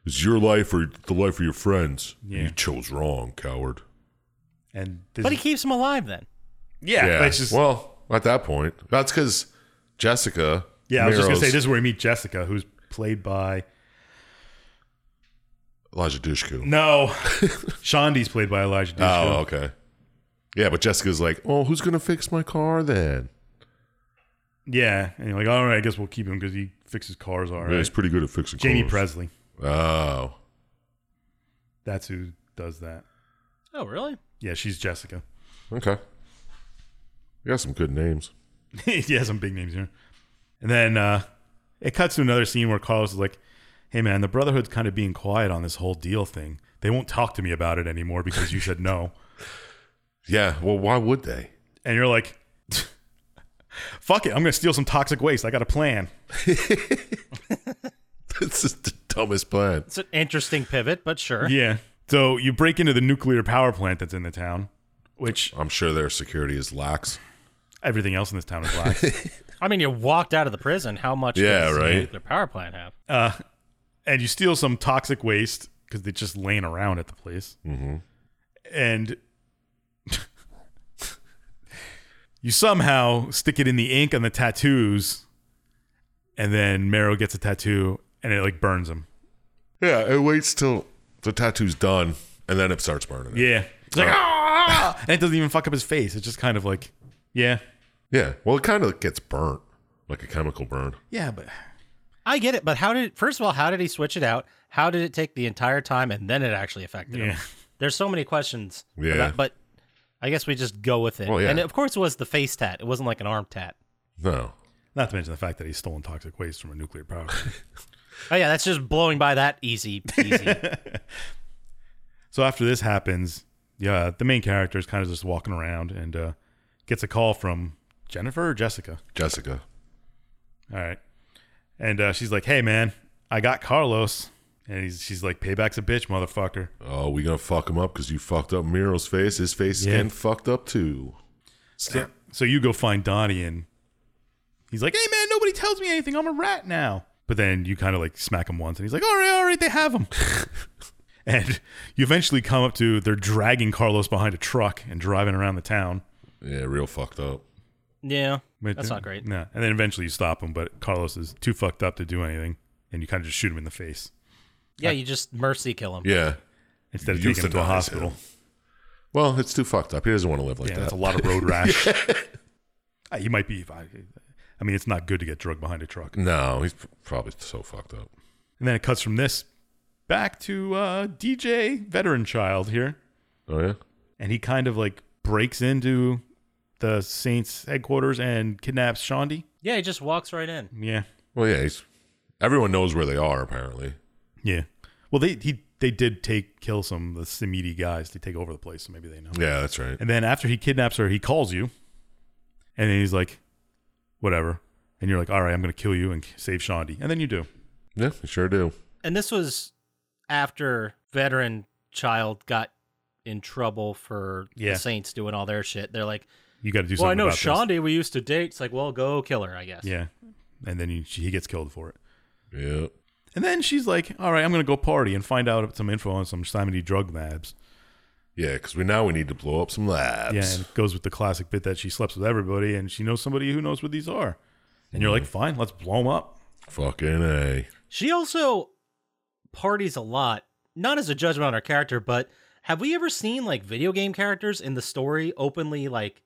it's your life or the life of your friends. Yeah. You chose wrong, coward. And this But he is- keeps him alive then. yeah, yeah. it's just- well, at that point, that's because Jessica. Yeah, I was just gonna Miro's- say this is where we meet Jessica, who's played by Elijah Dushku. no, Shandi's played by Elijah. Dushku. Oh, okay. Yeah, but Jessica's like, oh, who's gonna fix my car then? yeah, and you're like, all right, I guess we'll keep him because he fixes cars. All right, Yeah, he's pretty good at fixing Jamie cars. Presley, Oh, that's who does that. Oh, really? Yeah, she's Jessica. okay. You got some good names. he has some big names here, and then uh, it cuts to another scene where Carlos is like, "Hey, man, the Brotherhood's kind of being quiet on this whole deal thing. They won't talk to me about it anymore because you said no." Yeah. Well, why would they? and you're like, "Fuck it, I'm gonna steal some toxic waste. I got a plan." this is the dumbest plan. It's an interesting pivot, but sure. Yeah. So you break into the nuclear power plant that's in the town, which I'm sure their security is lax. everything else in this town is black. I mean, you walked out of the prison. How much Yeah, does the right. nuclear power plant have? and you steal some toxic waste because they're just laying around at the place. Mm-hmm. And you somehow stick it in the ink on the tattoos, and then Marrow gets a tattoo and it like burns him. Yeah, it waits till the tattoo's done, and then it starts burning. it. Yeah. It's like, ah! And it doesn't even fuck up his face. It's just kind of like, yeah. Yeah. Well, it kind of gets burnt, like a chemical burn. Yeah, but I get it, but how did first of all, how did he switch it out? How did it take the entire time and then it actually affected him? Yeah. There's so many questions. Yeah. about- but I guess we just go with it. Well, yeah. And of course it was the face tat. It wasn't like an arm tat. No. not to mention the fact that he's stolen toxic waste from a nuclear power plant. Oh yeah, that's just blowing by that easy peasy. So after this happens, yeah, the main character is kind of just walking around, and uh, gets a call from Jennifer or Jessica. Jessica. All right. And uh, she's like, hey, man, I got Carlos. And he's, she's like, payback's a bitch, motherfucker. Oh, we gonna fuck him up because you fucked up Miro's face. His face is Yeah. getting fucked up too. So you go find Donnie, and he's like, hey, man, nobody tells me anything. I'm a rat now. But then you kind of like smack him once, and he's like, all right, all right, they have him. and you eventually come up to, they're dragging Carlos behind a truck and driving around the town. Yeah, real fucked up. Yeah, But- that's uh, not great. No. And then eventually you stop him, but Carlos is too fucked up to do anything, and you kind of just shoot him in the face Yeah, you just mercy kill him. Yeah. instead of You taking him to a euthanize hospital. him. Well, it's too fucked up. He doesn't want to live like yeah, that. that's a lot of road rash. Uh, You might be. I I mean, it's not good to get drugged behind a truck. No, he's p- probably so fucked up. And then it cuts from this back to uh, DJ Veteran Child here, Oh yeah. and he kind of like breaks into the Saints headquarters and kidnaps Shondi. Yeah, he just walks right in. Yeah, Well, yeah. He's everyone knows where they are apparently. yeah. Well, they he they did take kill some of the Simiti guys to take over the place, so maybe they know. Yeah, that's right. And then after he kidnaps her, he calls you, and then he's like, "Whatever," and you're like, "All right, I'm gonna kill you and save Shondi," and then you do. Yeah, you sure do. And this was after veteran child got in trouble for Yeah. the Saints doing all their shit. They're like, You got to do something. well, I know about this." Shondi we used to date. It's like, well, go kill her, I guess. Yeah. And then you, she, he gets killed for it. Yeah. And then she's like, all right, I'm going to go party and find out some info on some Simony drug labs. Yeah, because we now we need to blow up some labs. Yeah. And it goes with the classic bit that she sleeps with everybody and she knows somebody who knows what these are. And you're like, Mm-hmm. fine, let's blow them up. Fucking a. She also parties a lot, not as a judgment on her character, but have we ever seen like video game characters in the story openly like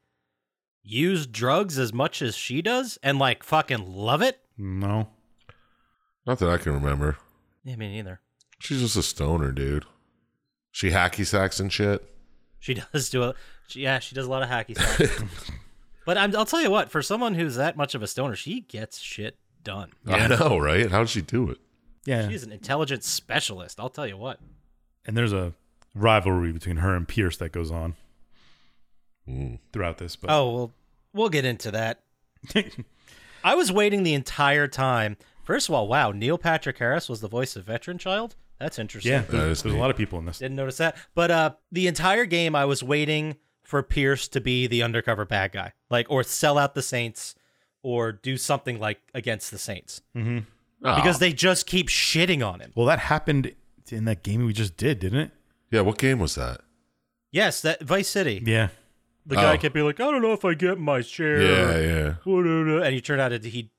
use drugs as much as she does and like fucking love it? No. Not that I can remember. Yeah, me neither. She's just a stoner, dude. She hacky sacks and shit. She does do a she, yeah, she does a lot of hacky sack. but I'm, I'll tell you what, for someone who's that much of a stoner, she gets shit done. I know, right? How does she do it? Yeah. She's an intelligence specialist. I'll tell you what. and there's a rivalry between her and Pierce that goes on Hmm. throughout this. But Oh, well, we'll get into that. I was waiting the entire time. First of all, wow, Neil Patrick Harris was the voice of Veteran Child. That's interesting. yeah, there's, is there's a neat. lot of people in this. Didn't notice that. But uh the entire game I was waiting for Pierce to be the undercover bad guy. Like or sell out the Saints or do something like against the Saints. Ah, Because they just keep shitting on him. Well, that happened in that game we just did, didn't it? yeah, what game was that? Yes, that Vice City. Yeah. The guy Oh. kept being like, I don't know if I get my share. Yeah, yeah, And you turned out that he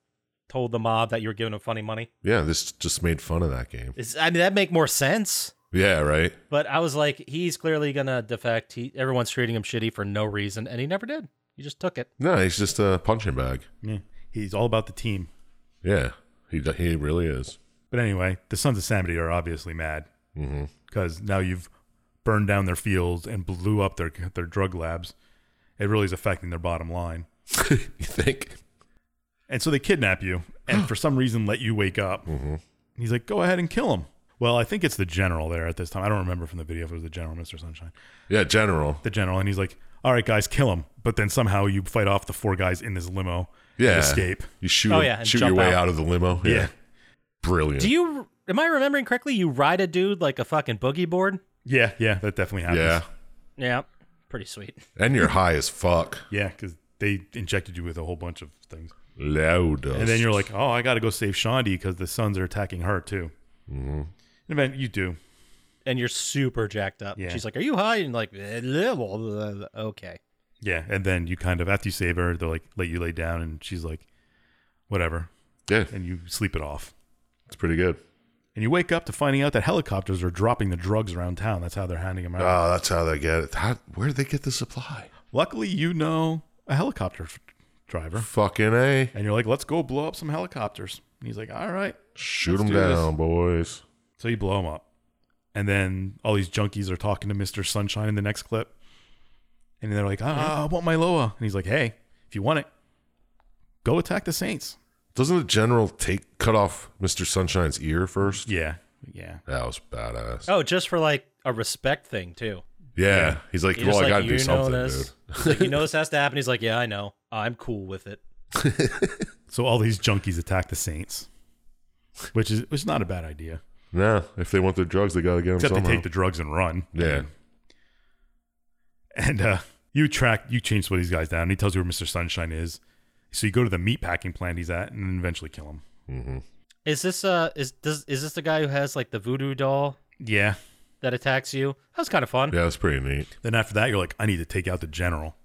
told the mob that you were giving him funny money. yeah. This just made fun of that game. It's, I mean, that make more sense. Yeah, right. But I was like, he's clearly gonna defect. He, everyone's treating him shitty for no reason, and he never did. He just took it. No, he's just a punching bag. Yeah. He's all about the team. Yeah, he d- he really is. But anyway, the Sons of Samity are obviously mad Mm-hmm. because now you've burned down their fields and blew up their their drug labs. It really is affecting their bottom line, you think? and so they kidnap you and for some reason let you wake up. He's like, "Go ahead and kill him." Well, I think it's the general there at this time. I don't remember from the video if it was the general, Mister Sunshine, Yeah, general. the general, and he's like, "All right, guys, kill him." But then somehow you fight off the four guys in this limo. and Yeah, escape. You shoot. Oh, him- yeah, and shoot your jump way out. out. of the limo. Yeah, Yeah. brilliant. Do you? Am I remembering correctly? You ride a dude like a fucking boogie board. yeah, yeah, that definitely happens. yeah, Yeah, pretty sweet. and you're high as fuck. yeah, because they injected you with a whole bunch of things. Loud. And then you're like, oh, I got to go save Shondi because the Suns are attacking her too. And then you do. And you're super jacked up. Yeah. She's like, "Are you high?" And like, "Eh, blah, blah, blah, blah." okay. Yeah. And then you kind of, after you save her, they're like, let you lay down. And she's like, whatever. yeah, And you sleep it off. it's pretty good. And you wake up to finding out that helicopters are dropping the drugs around town. That's how they're handing them out. Oh, that's how they get it. How, where do they get the supply? Luckily, you know a helicopter f- driver. Fucking a. And you're like, let's go blow up some helicopters. And he's like, all right. Shoot them do this. down, boys. So you blow him up. And then all these junkies are talking to Mr. Sunshine in the next clip. And they're like, ah, I want my Loa. And he's like, hey, if you want it, go attack the Saints. Doesn't the general take cut off Mister Sunshine's ear first? Yeah. Yeah. That was badass. Oh, just for like a respect thing too. Yeah. He's like, You're well, I just like, gotta you do know something, dude. this. He's like, you know this has to happen. He's like, yeah, I know. I'm cool with it. So all these junkies attack the Saints, which is which is not a bad idea. Nah, if they want their drugs, they gotta get them Except somehow. they take the drugs and run. yeah. And uh, you track, you change some of these guys down. And he tells you where Mr. Sunshine is. So you go to the meat packing plant he's at and eventually kill him. Mm-hmm. Is this uh is does is this the guy who has like the voodoo doll Yeah. that attacks you? That was kind of fun. Yeah, that's pretty neat. Then after that, you're like, I need to take out the general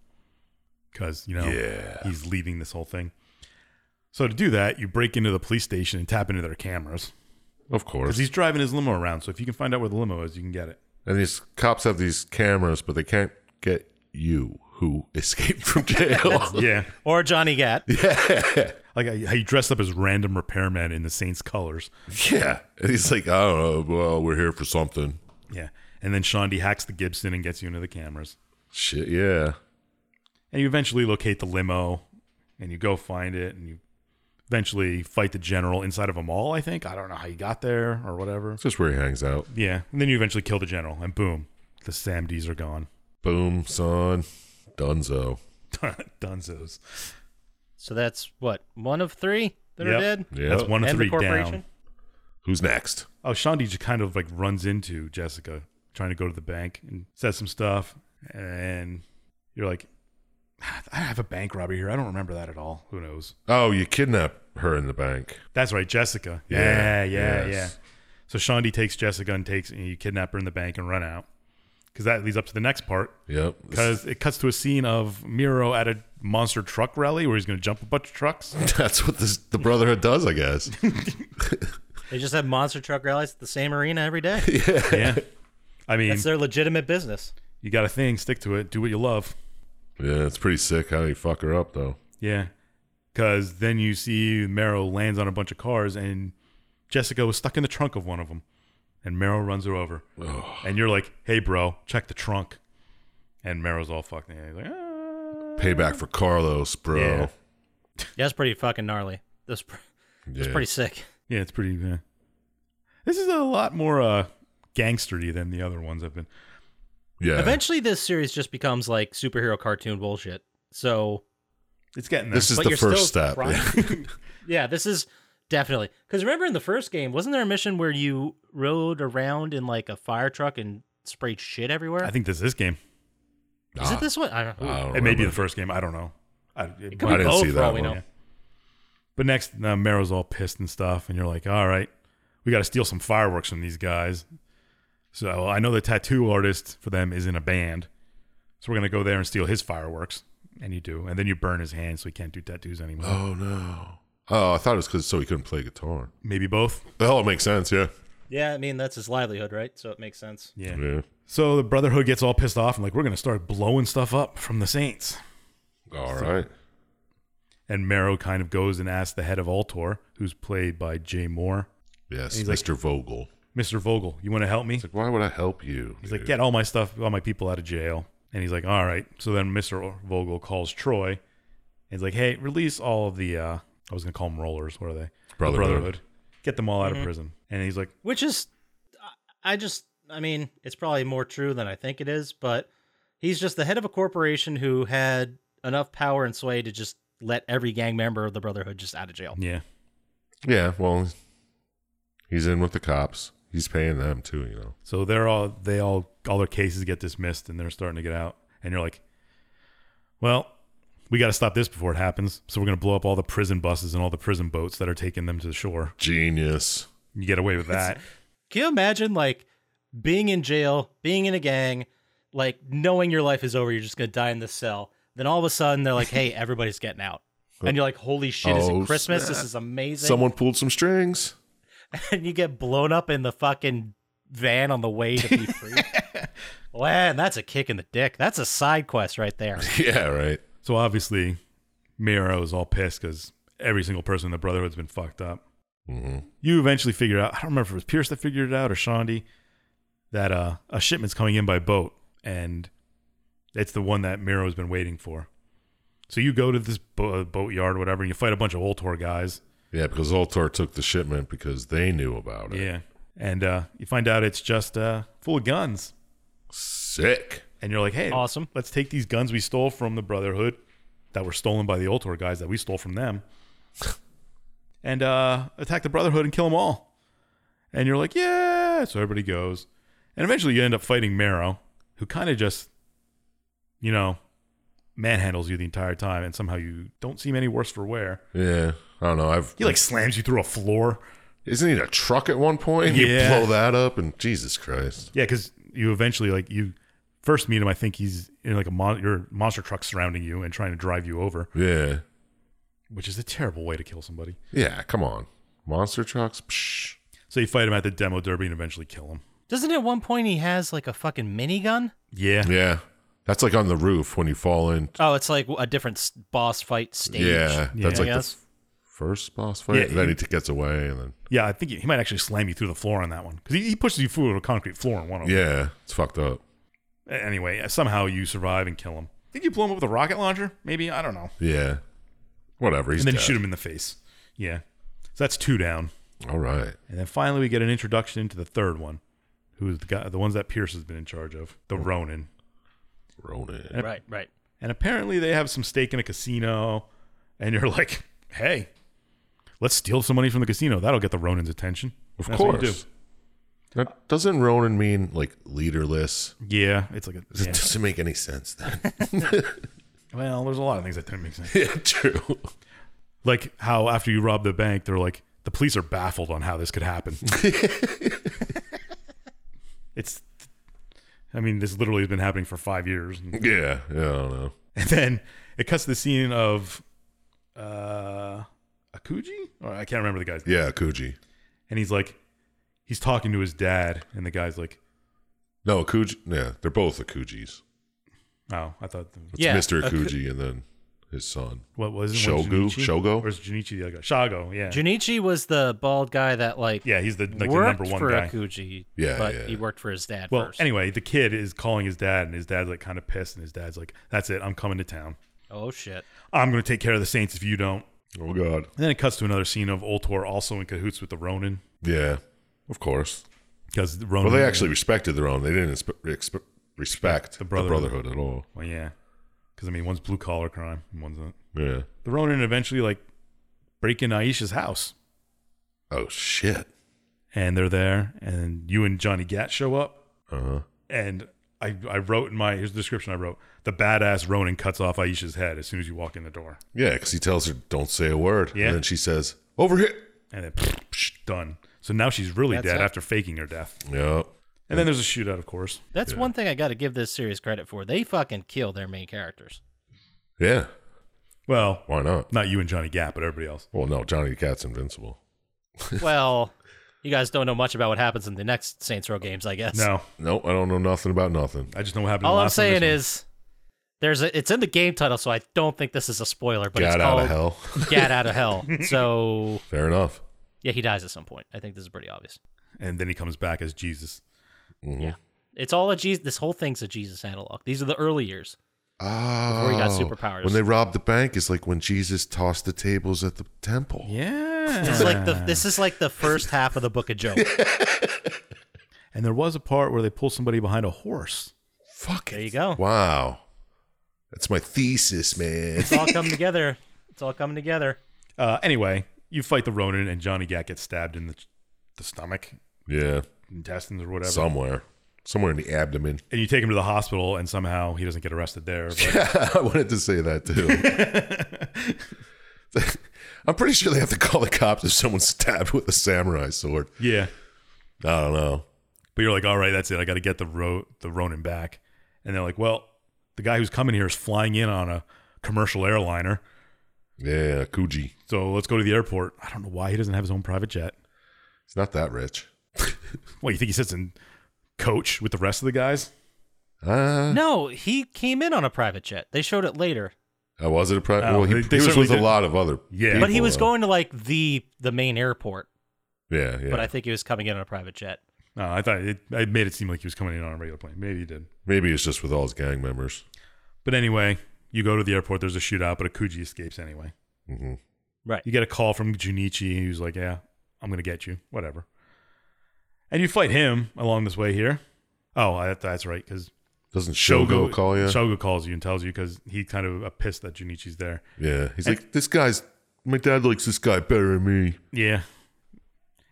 because, you know, Yeah. he's leading this whole thing. So to do that, you break into the police station and tap into their cameras Of because course. he's driving his limo around. So if you can find out where the limo is, you can get it. And these cops have these cameras, but they can't get you who escaped from jail. Yeah. Or Johnny Gat. Like I- how you dressed up as random repairman in the Saints colors. yeah. And he's like, I don't know. Well, we're here for something. Yeah. And then Shondi hacks the Gibson and gets you into the cameras. Shit. Yeah. And you eventually locate the limo and you go find it and you eventually fight the general inside of a mall, I think. I don't know how you got there or whatever. It's just where he hangs out. Yeah. And then you eventually kill the general and boom, the Samdies are gone. Boom, son. Dunzo. Dunzos. So that's what one of three that Yep. are dead. Yeah. That's one of And the three down. corporation? Who's next? Oh, Shondi just kind of like runs into Jessica trying to go to the bank and says some stuff. And you're like, "Ah, I have a bank robbery here. I don't remember that at all. Who knows? Oh, you kidnap her in the bank. That's right, Jessica. Yeah, Yeah, yeah, yes. yeah. So Shondi takes Jessica and takes and you kidnap her in the bank and run out. Because that leads up to the next part. Yep. Because it cuts to a scene of Miro at a monster truck rally where he's going to jump a bunch of trucks. That's what this, the Brotherhood does, I guess. They just have monster truck rallies at the same arena every day. yeah. I mean, That's their legitimate business. you got a thing, stick to it, do what you love. yeah, it's pretty sick how you fuck her up, though. Yeah. Because then you see Miro lands on a bunch of cars and Jessica was stuck in the trunk of one of them. And Miro runs her over. And you're like, hey, bro, check the trunk. And Miro's all fucked. And he's like, ah. Payback for Carlos, bro. Yeah. Yeah, that's pretty fucking gnarly. That's pr- Yeah. pretty sick. Yeah, it's pretty. Yeah. This is a lot more uh, gangstery than the other ones I've been. Yeah. Eventually, this series just becomes like superhero cartoon bullshit. So It's getting there. This is But the you're first still step. trying. yeah, this is definitely because remember in the first game, wasn't there a mission where you rode around in like a fire truck and sprayed shit everywhere? I think this is this game. is it this one? I don't know. I don't It may be remember. the first game. I don't know. I, it- could I be didn't both, see for that all we one. know. but next, uh, Mero's all pissed and stuff. And you're like, all right, we got to steal some fireworks from these guys. So I know the tattoo artist for them is in a band. So we're going to go there and steal his fireworks. And you do. And then you burn his hand so he can't do tattoos anymore. Oh, no. Oh, I thought it was because so he couldn't play guitar. Maybe both. Oh, it makes sense. Yeah. Yeah, I mean that's his livelihood, right? So it makes sense. Yeah. Yeah. So the Brotherhood gets all pissed off and like, we're going to start blowing stuff up from the Saints. All right. And Mero kind of goes and asks the head of Altor, who's played by Jay Moore, Yes, He's like- Mr. Vogel. Mr. Vogel, you want to help me? It's like, why would I help you? He's dude? like, get all my stuff, all my people out of jail. And he's like, all right. So then Mr. Vogel calls Troy. And he's like, hey, release all of the, uh, I was going to call them rollers. What are they? The Brotherhood. Get them all out of prison. And he's like, Which is, I- I just, I mean, it's probably more true than I think it is, but he's just the head of a corporation who had enough power and sway to just let every gang member of the Brotherhood just out of jail. yeah. Yeah, well, he's in with the cops. He's paying them too, you know. So they're all, they all, all their cases get dismissed and they're starting to get out. And you're like, well, we got to stop this before it happens. So we're going to blow up all the prison buses and all the prison boats that are taking them to the shore. Genius. You get away with that. Can you imagine, like, being in jail, being in a gang, like, knowing your life is over, you're just going to die in this cell? Then all of a sudden, they're like, hey, everybody's getting out. And you're like, holy shit, is Oh, it Christmas? snap. This is amazing. Someone pulled some strings. and you get blown up in the fucking van on the way to be free. Man, that's a kick in the dick. That's a side quest right there. Yeah, right. So obviously, Miro is all pissed because every single person in the Brotherhood's been fucked up. hmm You eventually figure out, I don't remember if it was Pierce that figured it out or Shondi, that uh, a shipment's coming in by boat and it's the one that Miro's been waiting for. So you go to this bo- uh, boatyard or whatever and you fight a bunch of Oltor guys. Yeah, because Altar took the shipment because they knew about it. And uh, you find out it's just uh, full of guns. sick. and you're like, hey, Awesome. Let's take these guns we stole from the Brotherhood that were stolen by the Ultor guys that we stole from them, and uh, attack the Brotherhood and kill them all. And you're like, yeah. So everybody goes, and eventually you end up fighting Marrow, who kind of just, you know, manhandles you the entire time, and somehow you don't seem any worse for wear. Yeah, I don't know. I've He like slams you through a floor. isn't he in a truck at one point? Yeah. You blow that up, and Jesus Christ. Yeah, because you eventually like you first meet him. I think he's in like a mon- your monster truck surrounding you and trying to drive you over, Yeah, which is a terrible way to kill somebody. yeah. Come on, monster trucks. Psh. So you fight him at the demo derby and eventually kill him. Doesn't at one point he has like a fucking minigun? Yeah. Yeah, that's like on the roof when you fall in. Oh, it's like a different s- boss fight stage. Yeah, Yeah. that's like the Yes. f- first boss fight. Yeah, and then he- he t- gets away, and then Yeah, I think he, he might actually slam you through the floor on that one because he, he pushes you through a concrete floor on one of them. yeah, it's fucked up. A- Anyway, uh, somehow you survive and kill him. Think you blow him up with a rocket launcher? Maybe I don't know. Yeah, whatever. He's and then you dead. shoot him in the face. Yeah. So that's two down. All right. And then finally we get an introduction into the third one, who is the guy, the ones that Pierce has been in charge of, the Hmm. Ronin. Ronan. Right, right. And apparently they have some stake in a casino, and you're like, hey, let's steal some money from the casino. That'll get the Ronin's attention. Of That's what you course. That doesn't Ronan mean like leaderless? do. Yeah, it's like a It yeah. doesn't make any sense then. Well, there's a lot of things that didn't make sense. yeah, true. Like how after you rob the bank, they're like, the police are baffled on how this could happen. it's, I mean, this literally has been happening for five years. Yeah, yeah, I don't know. And then it cuts to the scene of uh, Akuji? Or I can't remember the guy's name. Yeah, Akuji. And he's like, he's talking to his dad, and the guy's like, No, Akuji. Yeah, they're both Akujis. oh, I thought, the, It's Yeah, Mr. Aku- Akuji and then his son. what was it? One's Shogu? Junichi? Shogo? Or is Junichi the other guy? Shago, yeah. Junichi was the bald guy that like yeah, he's the, like, the worked number one for guy. Akuji. Yeah, but yeah. he worked for his dad Well, first. anyway, the kid is calling his dad, and his dad's like kind of pissed, and his dad's like, "That's it, I'm coming to town. Oh shit. I'm going to take care of the Saints if you don't." Oh God. And then it cuts to another scene of Ultor also in cahoots with the Ronin Yeah, of course. because Ronin. Well, they actually respected their own. They didn't inspe- expe- respect the Brotherhood. brotherhood. at all. Well, yeah, because I mean, one's blue collar crime, and one's not. Yeah. The Ronin eventually like break in Aisha's house, Oh shit. and they're there, and you and Johnny Gat show up, Uh huh. and I I wrote in my here's the description I wrote: the badass Ronin cuts off Aisha's head as soon as you walk in the door, Yeah, because he tells her don't say a word. Yeah. And then she says over here. and then done. So now she's really That's dead it. after faking her death. Yeah. And then there's a shootout, of course. That's one thing I got to give this series credit for. They fucking kill their main characters. Yeah. Well, Why not? not you and Johnny Gap, but everybody else. Well, no, Johnny Cat's invincible. well, you guys don't know much about what happens in the next Saints Row games, I guess. No, Nope, I don't know nothing about nothing. I just know what happened. in All the I'm last one, this saying one. is there's a, it's in the game title, so I don't think this is a spoiler, but Got it's out called of hell. Gat Out of Hell. So Fair enough. yeah, he dies at some point. I think this is pretty obvious. and then he comes back as Jesus. Mm-hmm. Yeah. It's all a Jesus. This whole thing's a Jesus analog. These are the early years. Oh, he got superpowers. When they robbed the bank, it's like when Jesus tossed the tables at the temple. Yeah. It's like the this is like the first half of the Book of Job. and there was a part where they pull somebody behind a horse. Fuck it. There you go. Wow. That's my thesis, man. It's all coming together. It's all coming together. Uh, anyway, you fight the Ronin, and Johnny Gat gets stabbed in the, the stomach, yeah. intestines, or whatever. Somewhere. Somewhere in the abdomen. and you take him to the hospital, and somehow he doesn't get arrested there. But I wanted to say that too. I'm pretty sure they have to call the cops if someone's stabbed with a samurai sword. yeah. I don't know. But you're like, all right, that's it. I got to get the ro- the Ronin back. And they're like, well, the guy who's coming here is flying in on a commercial airliner. Yeah, Kuji. So let's go to the airport. I don't know why he doesn't have his own private jet. He's not that rich. What, you think he sits in coach with the rest of the guys? Uh, No, he came in on a private jet. They showed it later. I was it a private. Oh, well, he, they- they he was certainly with a did. lot of other. Yeah. people, But he was though. going to like the the main airport. Yeah, yeah. But I think he was coming in on a private jet. No, I thought it, I made it seem like he was coming in on a regular plane. Maybe he did. Maybe it's just with all his gang members. But anyway, you go to the airport. There's a shootout, but Akuji escapes anyway. hmm Right. You get a call from Junichi, who's like, "Yeah, I'm gonna get you. Whatever." And you fight him along this way here. Oh, I, that's right, because Doesn't Shogo call you? Shogo calls you and tells you because he kind of uh, pissed that Junichi's there. yeah. He's like, this guy's, my dad likes this guy better than me. Yeah.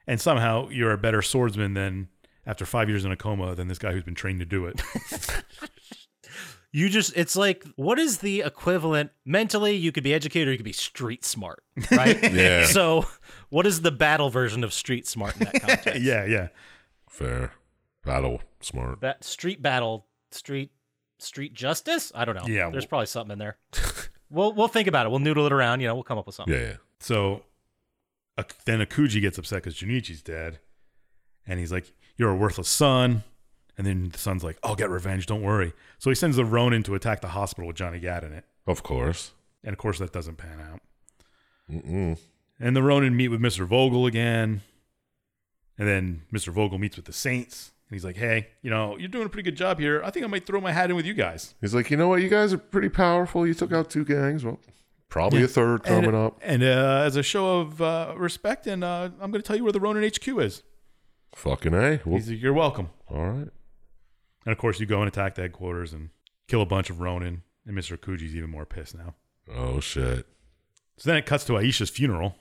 And somehow you're a better swordsman than after five years in a coma than this guy who's been trained to do it. You just, it's like, what is the equivalent? Mentally, you could be educated or you could be street smart, right? Yeah. So, what is the battle version of street smart in that context? yeah, yeah. Fair. Battle smart. That street battle, street, street justice? I don't know. Yeah, There's well- probably something in there. we'll, we'll think about it. We'll noodle it around. You know, we'll come up with something. Yeah, yeah. So uh, then Akuji gets upset because Junichi's dead. And he's like, You're a worthless son. And then the son's like, I'll get revenge. Don't worry. So he sends the Ronin to attack the hospital with Johnny Gat in it. Of course. And of course, that doesn't pan out. Mm-mm. And the Ronin meet with Mr. Vogel again. And then Mr. Vogel meets with the Saints. And he's like, hey, you know, you're doing a pretty good job here. I think I might throw my hat in with you guys. He's like, you know what? You guys are pretty powerful. You took out two gangs. Well, probably a third coming and, up. And uh, as a show of uh, respect, and uh, I'm going to tell you where the Ronin HQ is. Fucking A. Well, He's like, you're welcome. all right. And of course, you go and attack the headquarters and kill a bunch of Ronin. And Mr. Akuji's even more pissed now. Oh, shit. So then it cuts to Aisha's funeral,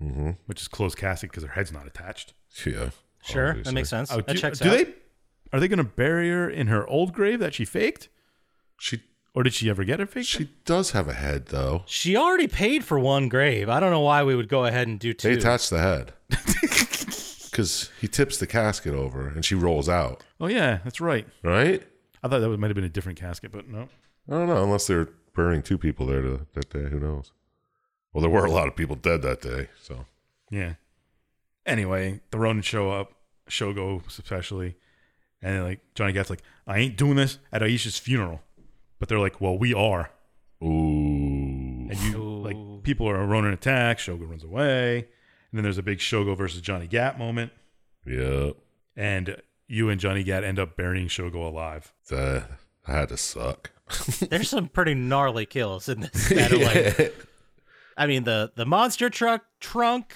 Mhm. which is closed casket because her head's not attached. Yeah. Sure. That Obviously. makes sense. that Oh, do, checks do out. they? Are they going to bury her in her old grave that she faked? She Or did she ever get it fixed? she does have a head though. She already paid for one grave. I don't know why we would go ahead and do They two. attach the head because he tips the casket over and she rolls out. oh yeah, that's right. Right? I thought that was- might have been a different casket, but no. I don't know. Unless they're burying two people there to, that day, who knows? Well, there were a lot of people dead that day, so Yeah. Anyway, the Ronin show up, Shogo especially, and they're like Johnny Gat's like, I ain't doing this at Aisha's funeral, but they're like, well, we are, ooh, and you like people are a Ronin attack. Shogo runs away, and then there's a big Shogo versus Johnny Gat moment, yeah, and you and Johnny Gat end up burying Shogo alive. that, that had to suck. There's some pretty gnarly kills in this. That are like, I mean, the the monster truck trunk,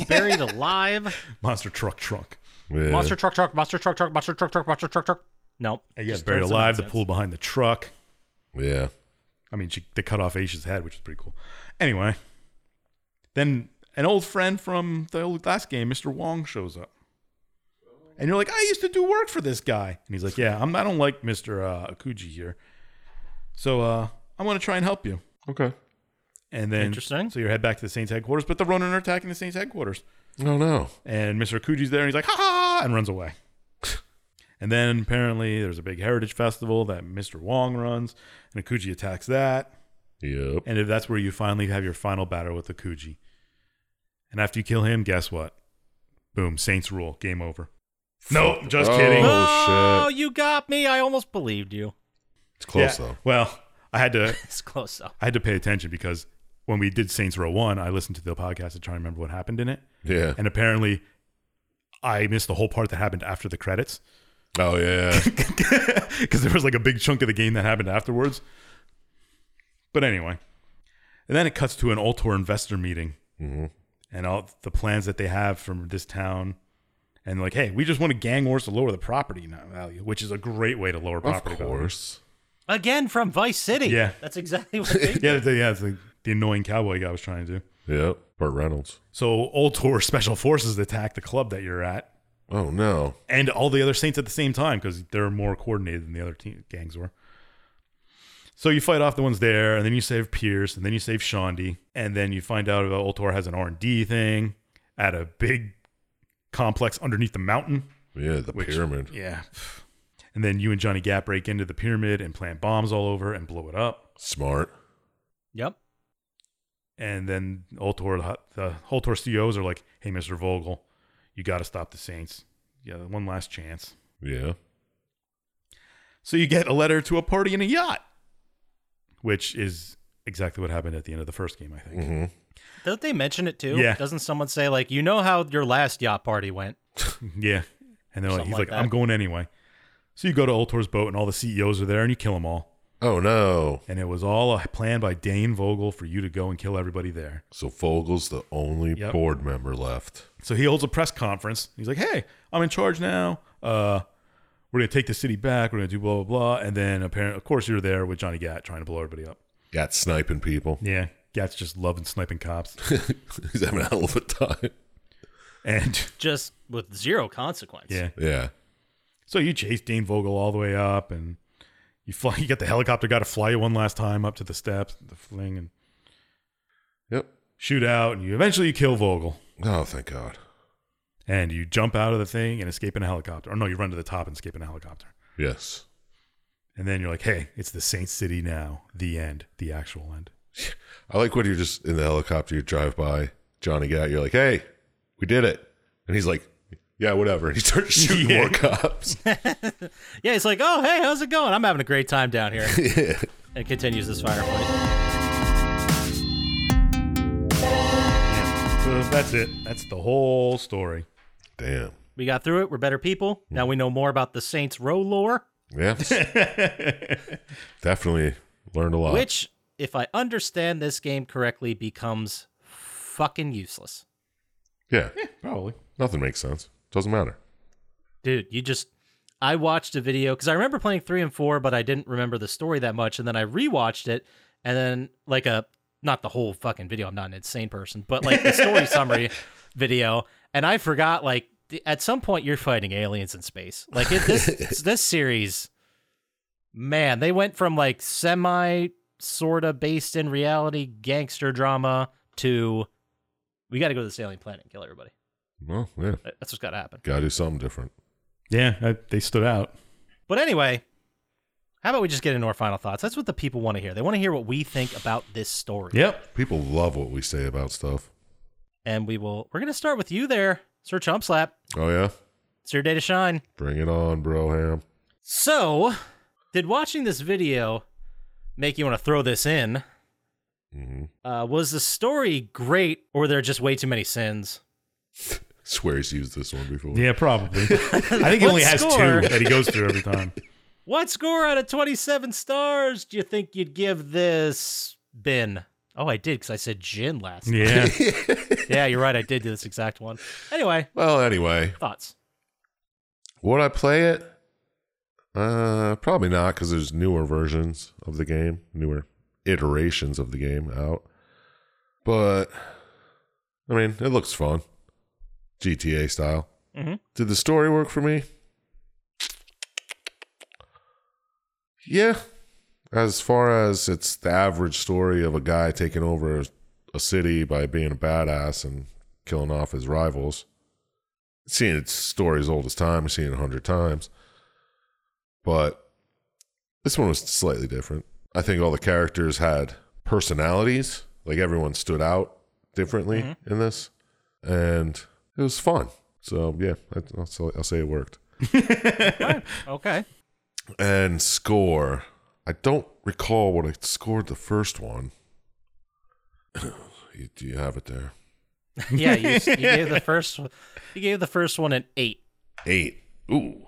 buried alive, Monster truck trunk. Yeah. monster truck truck, monster truck truck, monster truck truck, monster truck truck. Nope. And yes, Just buried tons of alive. The nonsense. pool behind the truck. yeah, I mean, she, they cut off Aisha's head, which is pretty cool. Anyway, then an old friend from the old last game, Mr. Wong, shows up, and you're like, "I used to do work for this guy," and he's like, "Yeah, I'm, I don't like Mr. Uh, Akuji here, so uh, I'm going to try and help you." okay. And then, Interesting. So you head back to the Saints headquarters, but the Ronin are attacking the Saints headquarters, No, no, and Mr. Akuji's there, and he's like, "Ha ha!" ha," and runs away. and then apparently there's a big heritage festival that Mr. Wong runs, and Akuji attacks that. yep. And if that's where you finally have your final battle with the Kuji. And after you kill him, guess what? Boom, Saints rule. Game over. No, just Oh. kidding. Oh, Oh, you got me! I almost believed you. It's close Yeah. though. Well, I had to It's close though. I had to pay attention because when we did Saints Row 1, I listened to the podcast to try and remember what happened in it. Yeah. And apparently I missed the whole part that happened after the credits oh yeah. because there was like a big chunk of the game that happened afterwards. But anyway, and then it cuts to an Altor investor meeting Mhm. and all the plans that they have from this town. And like, hey, we just want to gang wars to lower the property now- value, which is a great way to lower of property course. Again from Vice City. Yeah. that's exactly what they. value. Yeah, the, yeah, it's like the annoying cowboy guy was trying to do. Yep. Burt Reynolds. So Altor special forces attack the club that you're at Oh no. and all the other saints at the same time because they're more coordinated than the other team, gangs were. So you fight off the ones there, and then you save Pierce, and then you save Shondi, and then you find out about Ultor has an R and D thing at a big complex underneath the mountain. Yeah, the pyramid. Yeah. And then you and Johnny Gap break into the pyramid and plant bombs all over and blow it up. Smart. Yep. And then Ultor, the Ultor CEOs are like, "Hey, Mister Vogel, you got to stop the Saints. Yeah, one last chance." Yeah. So you get a letter to a party in a yacht, which is exactly what happened at the end of the first game, I think. hmm Don't they mention it too? Yeah. Doesn't someone say like, you know how your last yacht party went? Yeah. And they're like, Something he's like like, that. I'm going anyway. So you go to Ultor's boat, and all the CEOs are there, and you kill them all. Oh no. And it was all a plan by Dane Vogel for you to go and kill everybody there. So Fogel's the only Yep. board member left. So he holds a press conference. He's like, hey, I'm in charge now. Uh, we're gonna take the city back. We're gonna do blah blah blah. And then apparently, of course, you're there with Johnny Gat trying to blow everybody up. Got sniping people. Yeah, Gat's just loving sniping cops, He's having a hell of a time. and just with zero consequence. yeah. Yeah. So you chase Dane Vogel all the way up, and you fly. You got the helicopter. Got to fly you one last time up to the steps, the fling, and Yep. shoot out. And you eventually you kill Vogel, Oh, thank God. and you jump out of the thing and escape in a helicopter. Or no, you run to the top and escape in a helicopter. Yes. And then you're like, hey, it's the Saint City now. The end. The actual end. I like when you're just in the helicopter, you drive by Johnny Gat, you're like, hey, we did it. And he's like, yeah, whatever. And he starts shooting Yeah. more cops. Yeah, it's like, oh hey, how's it going? I'm having a great time down here. And continues this firefight. Yeah. So that's it. That's the whole story. Damn. We got through it. We're better people. Mm. Now we know more about the Saints Row lore, Yeah. Definitely learned Oh. a lot. which, if I understand this game correctly, becomes fucking useless. yeah. Probably. Nothing makes sense. Doesn't matter. dude you just i watched a video because i remember playing three and four but i didn't remember the story that much and then i rewatched it and then like a not the whole fucking video i'm not an insane person but like the story summary video and i forgot like th- at some point you're fighting aliens in space like it, this this series man they went from like semi sorta based in reality gangster drama to we got to go to this alien planet and kill everybody Well, yeah. That- that's what's got to happen Gotta do something different. Yeah, I, they stood out. But anyway, how about we just get into our final thoughts? That's what the people want to hear. They want to hear what we think about this story. Yep. People love what we say about stuff. And we will we're gonna start with you there, Sir Chumpslap. Oh, yeah? It's your day to shine. Bring it on, bro ham. So did watching this video make you want to throw this in? Mm-hmm. Uh, was the story great, or were there just way too many sins? Swear he's used this one before. Yeah, probably. I think he What only has score? two that he goes through every time. What score out of 27 stars do you think you'd give this bin? Oh, I did because I said gin last. Yeah. Yeah. yeah, you're right. I did do this exact one. Anyway, Well, anyway, thoughts. Would I play it? Uh, probably not because there's newer versions of the game, newer iterations of the game out. But I mean, it looks fun, GTA style. Mhm. Did the story work for me? Yeah. As far as it's the average story of a guy taking over a city by being a badass and killing off his rivals, seeing its story as old as time, seeing it a hundred times. But this one was slightly different. I think all the characters had personalities. Like everyone stood out differently in this. And it was fun. So yeah, I- I'll say- I'll say it worked. Okay. And score. I don't recall what I scored the first one. You- Do you have it there? Yeah, you, you gave the first you gave the first one an eight. Eight. Ooh.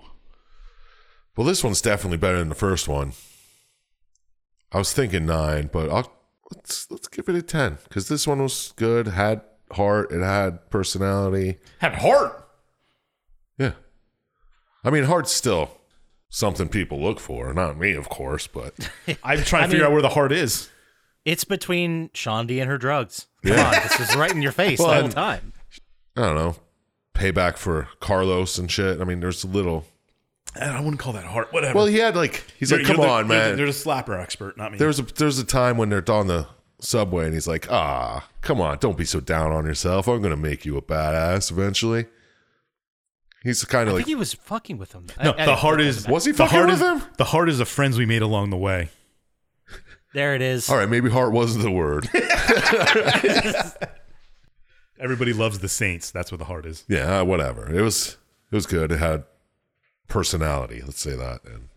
Well, this one's definitely better than the first one. I was thinking nine, but I'll let's let's give it a ten because this one was good. Had heart. It had personality. Have heart. Yeah. I mean, heart's still something people look for. Not me, of course, but I'm trying to figure out where the heart is. It's between Shondi and her drugs. Come on, this is right in your face the Well, whole and- time. I don't know. Payback for Carlos and shit. I mean, there's little. I wouldn't call that heart. Whatever. Well, he had like he's like, come on, man. They're the slapper expert, not me. There was a there's a time when they're on the subway and he's like, "Ah, come on, don't be so down on yourself. I'm gonna make you a badass eventually." He's kind of I like, think he was fucking with him. no, I- I- the heart is. Was he the fucking heart is, with him? The heart is the friends we made along the way. There it is. "All right, maybe heart wasn't the word." Everybody loves the Saints. That's what the heart is. yeah, uh, whatever. It was it was good. It had personality. Let's say that, and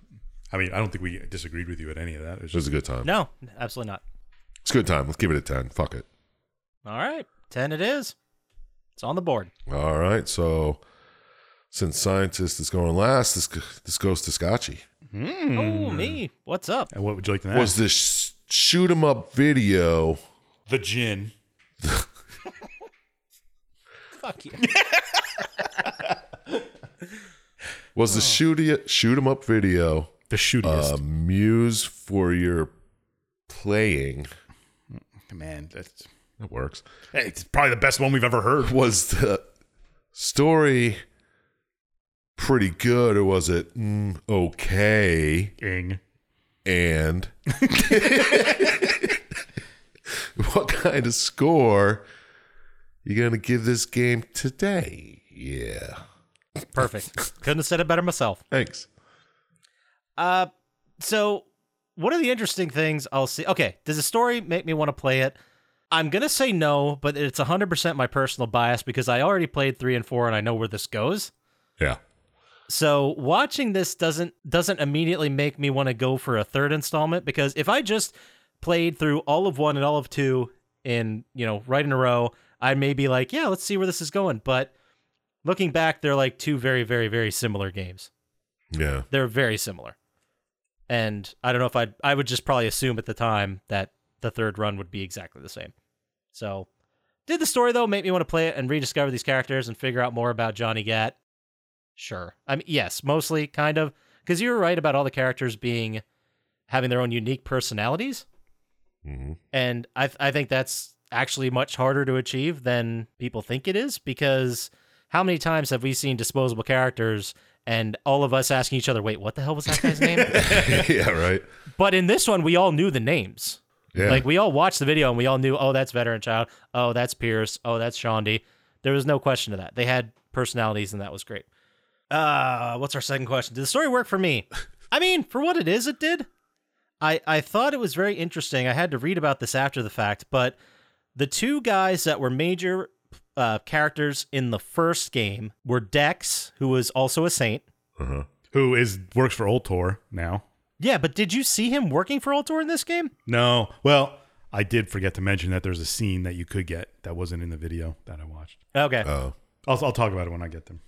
I mean, I don't think we disagreed with you at any of that. It was it was just a good time. No, absolutely not. It's a good time. Let's give it a ten. Fuck it. All right, ten it is. It's on the board. All right, so since scientist is going last, this this goes to Scotchy. Hmm. Oh me, what's up? And what would you like to ask? Was this sh- shoot 'em up video? the gin? Fuck you. Was the Oh. shoot shoot 'em up video The shootiest. a Uh, muse for your playing? Man, that's That works. hey, it's probably the best one we've ever heard. Was the story pretty good, or was it mm, okay? Ing. And what kind of score you gonna give this game today? Yeah, Perfect. Couldn't have said it better myself. thanks. Uh, so one of the interesting things I'll see. Okay, does the story make me want to play it? I'm gonna say no, but it's 100% my personal bias because I already played three and four, and I know where this goes. Yeah, So watching this doesn't doesn't immediately make me want to go for a third installment because if I just played through all of one and all of two in you know right in a row, I may be like, yeah, let's see where this is going. But looking back, they're like two very very very similar games yeah. they're very similar. And I don't know if I'd I would just probably assume at the time that the third run would be exactly the same. So did the story though make me want to play it and rediscover these characters and figure out more about Johnny Gat? Sure. I mean yes, mostly kind of because you were right about all the characters being having their own unique personalities. Mhm. And I I think that's actually much harder to achieve than people think it is because how many times have we seen disposable characters and all of us asking each other, "Wait, what the hell was that guy's name?" yeah, right. but in this one, we all knew the names. Yeah. Like we all watched the video and we all knew, "Oh, that's Veteran Child. Oh, that's Pierce. Oh, that's Shondi." There was no question to that. They had personalities, and that was great. Uh, what's our second question? Did the story work for me? I mean, for what it is, it did. I, I thought it was very interesting. I had to read about this after the fact, but the two guys that were major uh, characters in the first game were Dex, who was also a saint. uh-huh. Who is works for Old Tor now? Yeah, but did you see him working for Altor in this game? No. Well, I did forget to mention that there's a scene that you could get that wasn't in the video that I watched. Okay. Oh, I'll, I'll talk about it when I get them.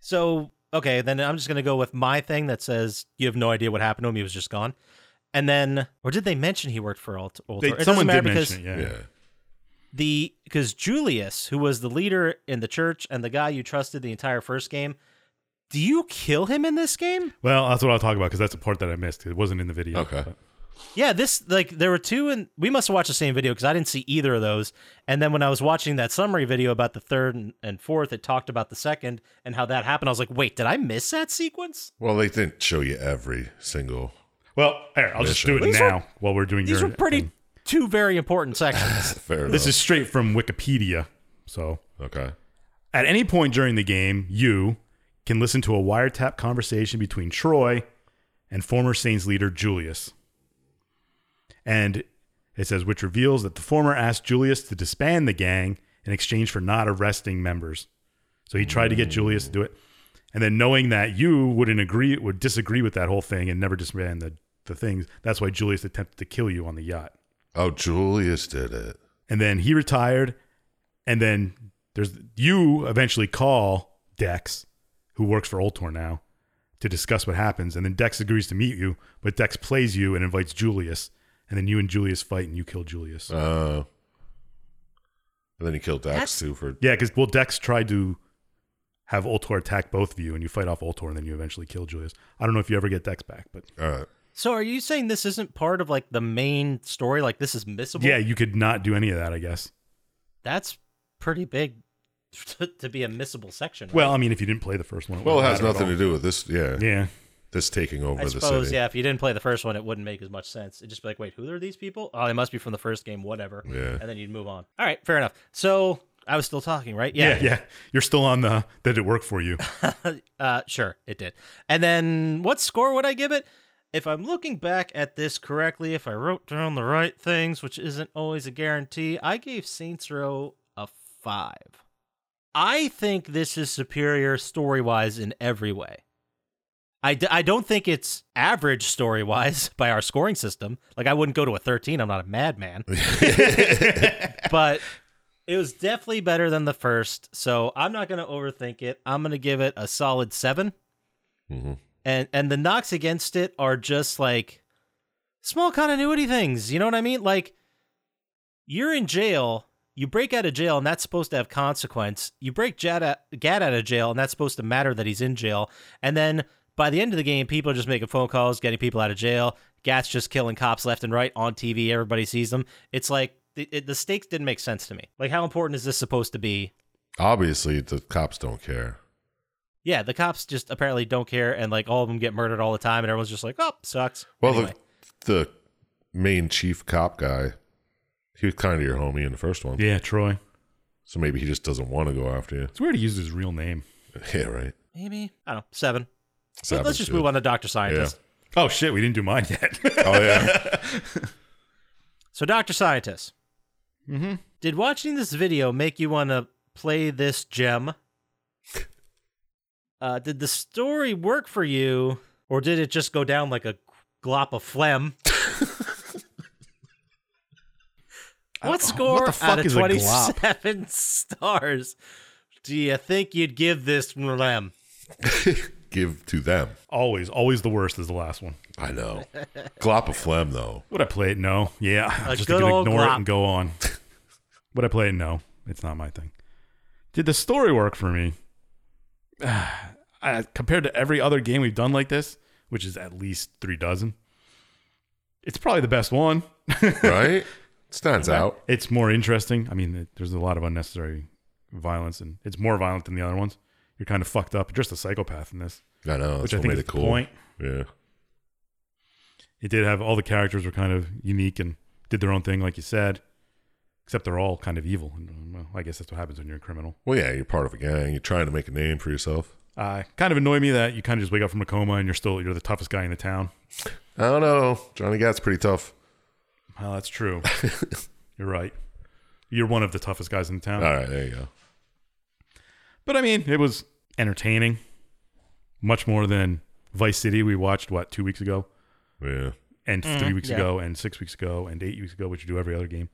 So, okay, then I'm just going to go with my thing that says you have no idea what happened to him. He was just gone. And then, or did they mention he worked for Alt- Altor? They, It doesn't someone matter did because mention it. Yeah. yeah. the because Julius, who was the leader in the church and the guy you trusted the entire first game, do you kill him in this game? Well, that's what I'll talk about because that's the part that I missed. It wasn't in the video. Okay. but- Yeah, this like there were two, and we must have watched the same video because I didn't see either of those. And then when I was watching that summary video about the third and, and fourth, it talked about the second and how that happened. I was like, wait, did I miss that sequence? Well, they didn't show you every single. Well, here, I'll just do it These now were- while we're doing These your were pretty thing. two very important sections. Fair This is straight from Wikipedia. So okay. At any point during the game, you can listen to a wiretap conversation between Troy and former Saints leader Julius. And it says, which reveals that the former asked Julius to disband the gang in exchange for not arresting members. So he tried to get Julius to do it. And then knowing that you wouldn't agree, would disagree with that whole thing and never disband the, the things, that's why Julius attempted to kill you on the yacht Oh, Julius did it. and then he retired and then there's you eventually call dex who works for Oltor now to discuss what happens and then dex agrees to meet you but dex plays you and invites julius and then you and julius fight and you kill julius Oh. And then he killed Dax That's- too for. yeah because well dex tried to have Oltor attack both of you and you fight off Oltor and then you eventually kill julius i don't know if you ever get dex back but All right. so are you saying this isn't part of like the main story? Like this is missable? yeah you could not do any of that i guess That's pretty big to, to be a missable section. right? well i mean if you didn't play the first one Well, it wouldn't has matter at nothing to do with this. Yeah, all. yeah this taking over I the suppose, city. yeah, if you didn't play the first one, it wouldn't make as much sense. It'd just be like, wait, who are these people? Oh, they must be from the first game, whatever. Yeah. And then you'd move on. All right, fair enough. So I was still talking, right? yeah yeah you're still on the did it work for you uh, sure, it did. And then what score would I give it? If I'm looking back at this correctly, if I wrote down the right things, which isn't always a guarantee, I gave Saints Row a five. I think this is superior story wise in every way. I, d- I don't think it's average story wise by our scoring system. Like, I wouldn't go to a 13. I'm not a madman. but it was definitely better than the first. So I'm not going to overthink it. I'm going to give it a solid seven. Mhm. And and the knocks against it are just like small continuity things. You know what I mean? Like you're in jail You break out of jail, and that's supposed to have consequence. You break Jad out, Gad out of jail, and that's supposed to matter that he's in jail. And then by the end of the game, people are just making phone calls, getting people out of jail. Gat's just killing cops left and right on TV. Everybody sees them. It's like the, it, the stakes didn't make sense to me. Like, how important is this supposed to be? Obviously, the cops don't care. Yeah, the cops just apparently don't care, and like all of them get murdered all the time, and everyone's just like, "Oh, sucks." Well, Anyway. the the main chief cop guy, he was kind of your homie in the first one, Yeah, Troy. so maybe he just doesn't want to go after you. It's weird he used his real name. yeah, right. maybe I don't know seven. So Savage let's just dude. move on to Doctor Yeah. Scientist. Oh shit, we didn't do mine yet. Oh yeah. So, Doctor Scientist, mm-hmm. did watching this video make you want to play this gem? Uh, did the story work for you, or did it just go down like a glop of phlegm? what score What the fuck out of is a glop? twenty-seven stars do you think you'd give this phlegm? Give to them. Always, always the worst is the last one. I know. Glop of phlegm though. Would I play it? No. Yeah, I'm A just good gonna old ignore it glop. and go on. Would I play it? No, it's not my thing. Did the story work for me? I, compared to every other game we've done like this, which is at least three dozen, it's probably the best one. Right? Stands out. It's more interesting. I mean, it, there's a lot of unnecessary violence, and it's more violent than the other ones. You're kind of fucked up. You're just a psychopath in this, I know. Oh, That's which I what think made is it the cool. point. Yeah. It did have all the characters were kind of unique and did their own thing, like you said. Except they're all kind of evil. And, um, well, I guess that's what happens when you're a criminal. Well, yeah. You're part of a gang. You're trying to make a name for yourself. Uh, kind of annoyed me that you kind of just wake up from a coma and you're still you're the toughest guy in the town. I don't know. Johnny Gat's pretty tough. Well, that's true. you're right. You're one of the toughest guys in the town. All right, there you go. But I mean, it was entertaining, much more than Vice City we watched what two weeks ago, Yeah. and three weeks yeah. ago, and six weeks ago, and eight weeks ago, which you do every other game.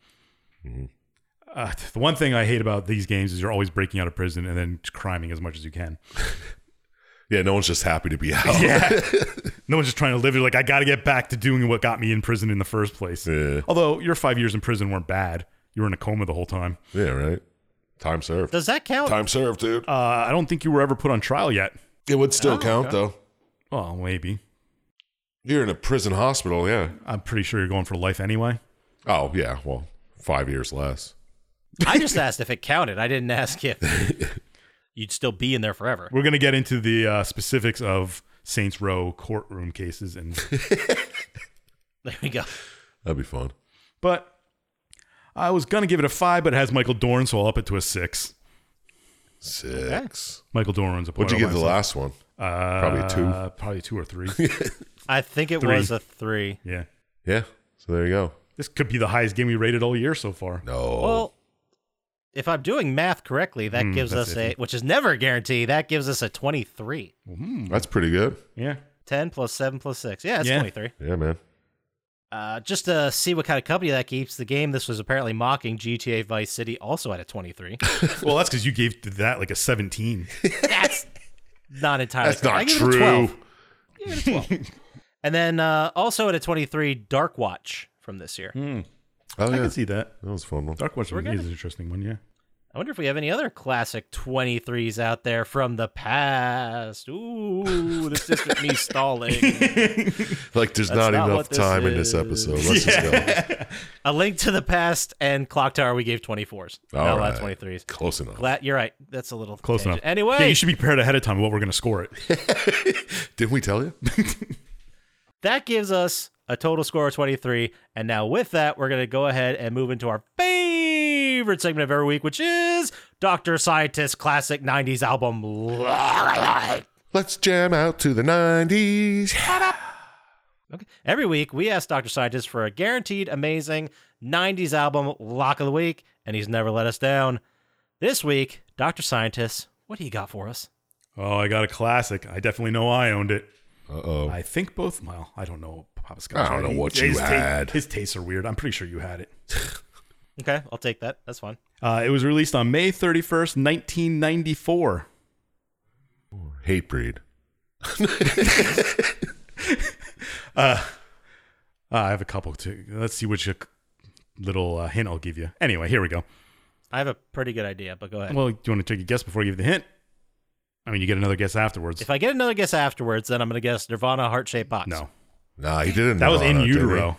Uh, the one thing I hate about these games is you're always breaking out of prison and then criming as much as you can. Yeah, no one's just happy to be out. Yeah. no one's just trying to live. You're like, I got to get back to doing what got me in prison in the first place. Yeah. Although your five years in prison weren't bad. You were in a coma the whole time. Yeah, right? Time served. Does that count? Time served, dude. Uh, oh I don't think you were ever put on trial yet. It would still count, though. Well, maybe. You're in a prison hospital, yeah. I'm pretty sure you're going for life anyway. Oh, yeah. Well, five years less. I just asked if it counted. I didn't ask if you'd still be in there forever. We're going to get into the uh, specifics of Saints Row courtroom cases, and There we go. That'd be fun. but I was going to give it a five, but it has Michael Dorn, so I'll up it to a six. Six. Michael Dorn's a point. What'd you oh give the my- last one? Uh, Probably two. Probably two or three. I think it Three. was a three. yeah, Yeah. So there you go. this could be the highest game we rated all year so far. No. Well, if I'm doing math correctly, that Oh. Hmm, gives that's us iffy. a, which is never a guarantee, that gives us a 23. That's pretty good. Yeah, 10 plus 7 plus 6. Yeah, it's Yeah. 23. Yeah, man. Uh, just to see what kind of company that keeps the game, this was apparently mocking GTA Vice City, also at a 23. well, that's because you gave that like a 17. That's not entirely That's not correct. I give it a 12. true. And then uh, also at a 23, Dark Watch from this year. Hmm. Oh, I yeah. can see that. That was a fun one. Dark Watch is an interesting one, yeah. I wonder if we have any other classic 23s out there from the past. Ooh, this isn't me stalling. Like, there's That's not, not enough what this time in this is. episode. Let's just A Link to the Past and Clock Tower, we gave 24s. go. not All a lot of right. 23s. Close enough. Glad, you're right. That's a little Close tangent. enough. Anyway, Yeah, you should be prepared ahead of time what we're going to score it. Didn't we tell you? that gives us a total score of 23. And now with that, we're going to go ahead and move into our favorite segment of every week, which is Dr. Scientist Classic 90s Album. Let's jam out to the 90s. Okay. Every week, we ask Dr. Scientist for a guaranteed amazing 90s album lock of the week, and he's never let us down. This week, Dr. Scientist, what do you got for us? Oh, I got a classic. I definitely know I owned it. Uh oh. I think both. Well, I don't know. Papa Scott. I don't know what you his ta- had. his tastes are weird. I'm pretty sure you had it. Okay, I'll take that. That's fine. Uh, it was released on May 31st, 1994. Hate breed. Uh, I have a couple too. Let's see which uh, little uh, hint I'll give you. Anyway, here we go. I have a pretty good idea, but go ahead. Well, do you want to take a guess before you give the hint? I mean, you get another guess afterwards. if I get another guess afterwards, then I'm going to guess Nirvana heart shaped box. no, Nah, he didn't. that was in Nirvana, did he? utero.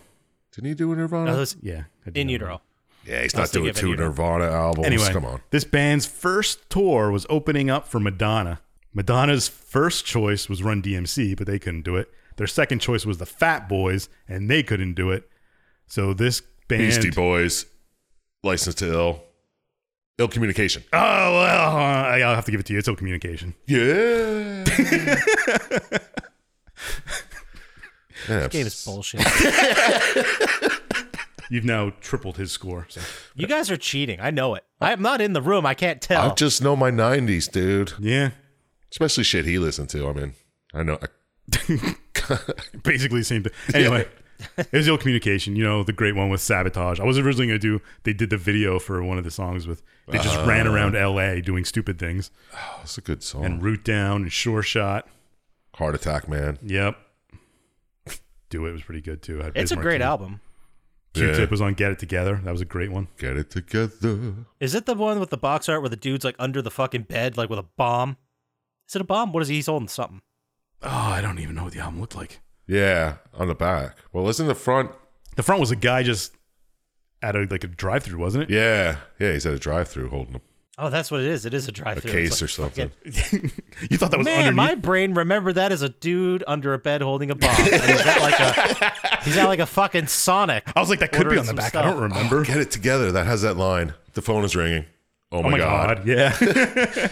Didn't he do a Nirvana? No, that was Yeah, I did in know. utero. yeah, he's I was not doing thinking of two In Utero. Nirvana albums. Anyway, Come on. This band's first tour was opening up for Madonna. Madonna's first choice was Run DMC, but they couldn't do it. Their second choice was the Fat Boys, and they couldn't do it. So this band. Beastie Boys, License to Ill, Ill Communication. Oh, well, I- I'll have to give it to you. It's ill communication. Yeah. yeah Game is bullshit. You've now tripled his score. So. you guys are cheating. I know it. I'm not in the room. I can't I tell. just know my '90s, dude. Yeah. Especially shit he listened to. I mean, I know. I, Basically the same thing. Anyway, it was ill communication. You know, the great one with Sabotage. I was originally going to do, they did the video for one of the songs with, they just ran around LA doing stupid things oh, it's a good song. and Root Down and Sure Shot. Heart Attack Man. Yep. Do it was pretty good too. Had it's a Bismarck great too. album. Q-Tip Yeah. was on Get It Together. That was a great one. Get it together. Is it the one with the box art where the dude's like under the fucking bed, like with a bomb? Is it a bomb? What is he? He's holding something. Oh, I don't even know what the album looked like. Yeah, on the back. Well, isn't the front? The front was a guy just at a like a drive-through, wasn't it? Yeah, yeah. He's at a drive-through holding a, Oh, that's what it is. It is a a drive-through. case or something. you thought that was Man, underneath. my brain remembered that as a dude under a bed holding a bomb. And he's got like a he's got like a fucking Sonic. I was like, that could be ordering on the some back. stuff. I don't remember. Get it together. That has that line. The phone is ringing. Oh my, god. Yeah. I,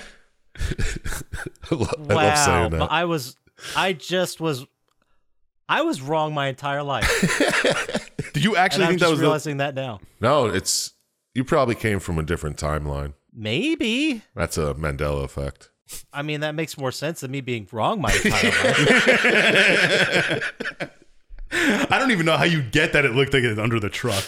love, I Wow, love saying but that. I was I just was I was wrong my entire life. Did you And actually I'm think that just was the, realizing that now. no, it's you probably came from a different timeline. Maybe. That's a Mandela effect. I mean, that makes more sense than me being wrong my entire life. I don't even know how you get that it looked like it under the truck.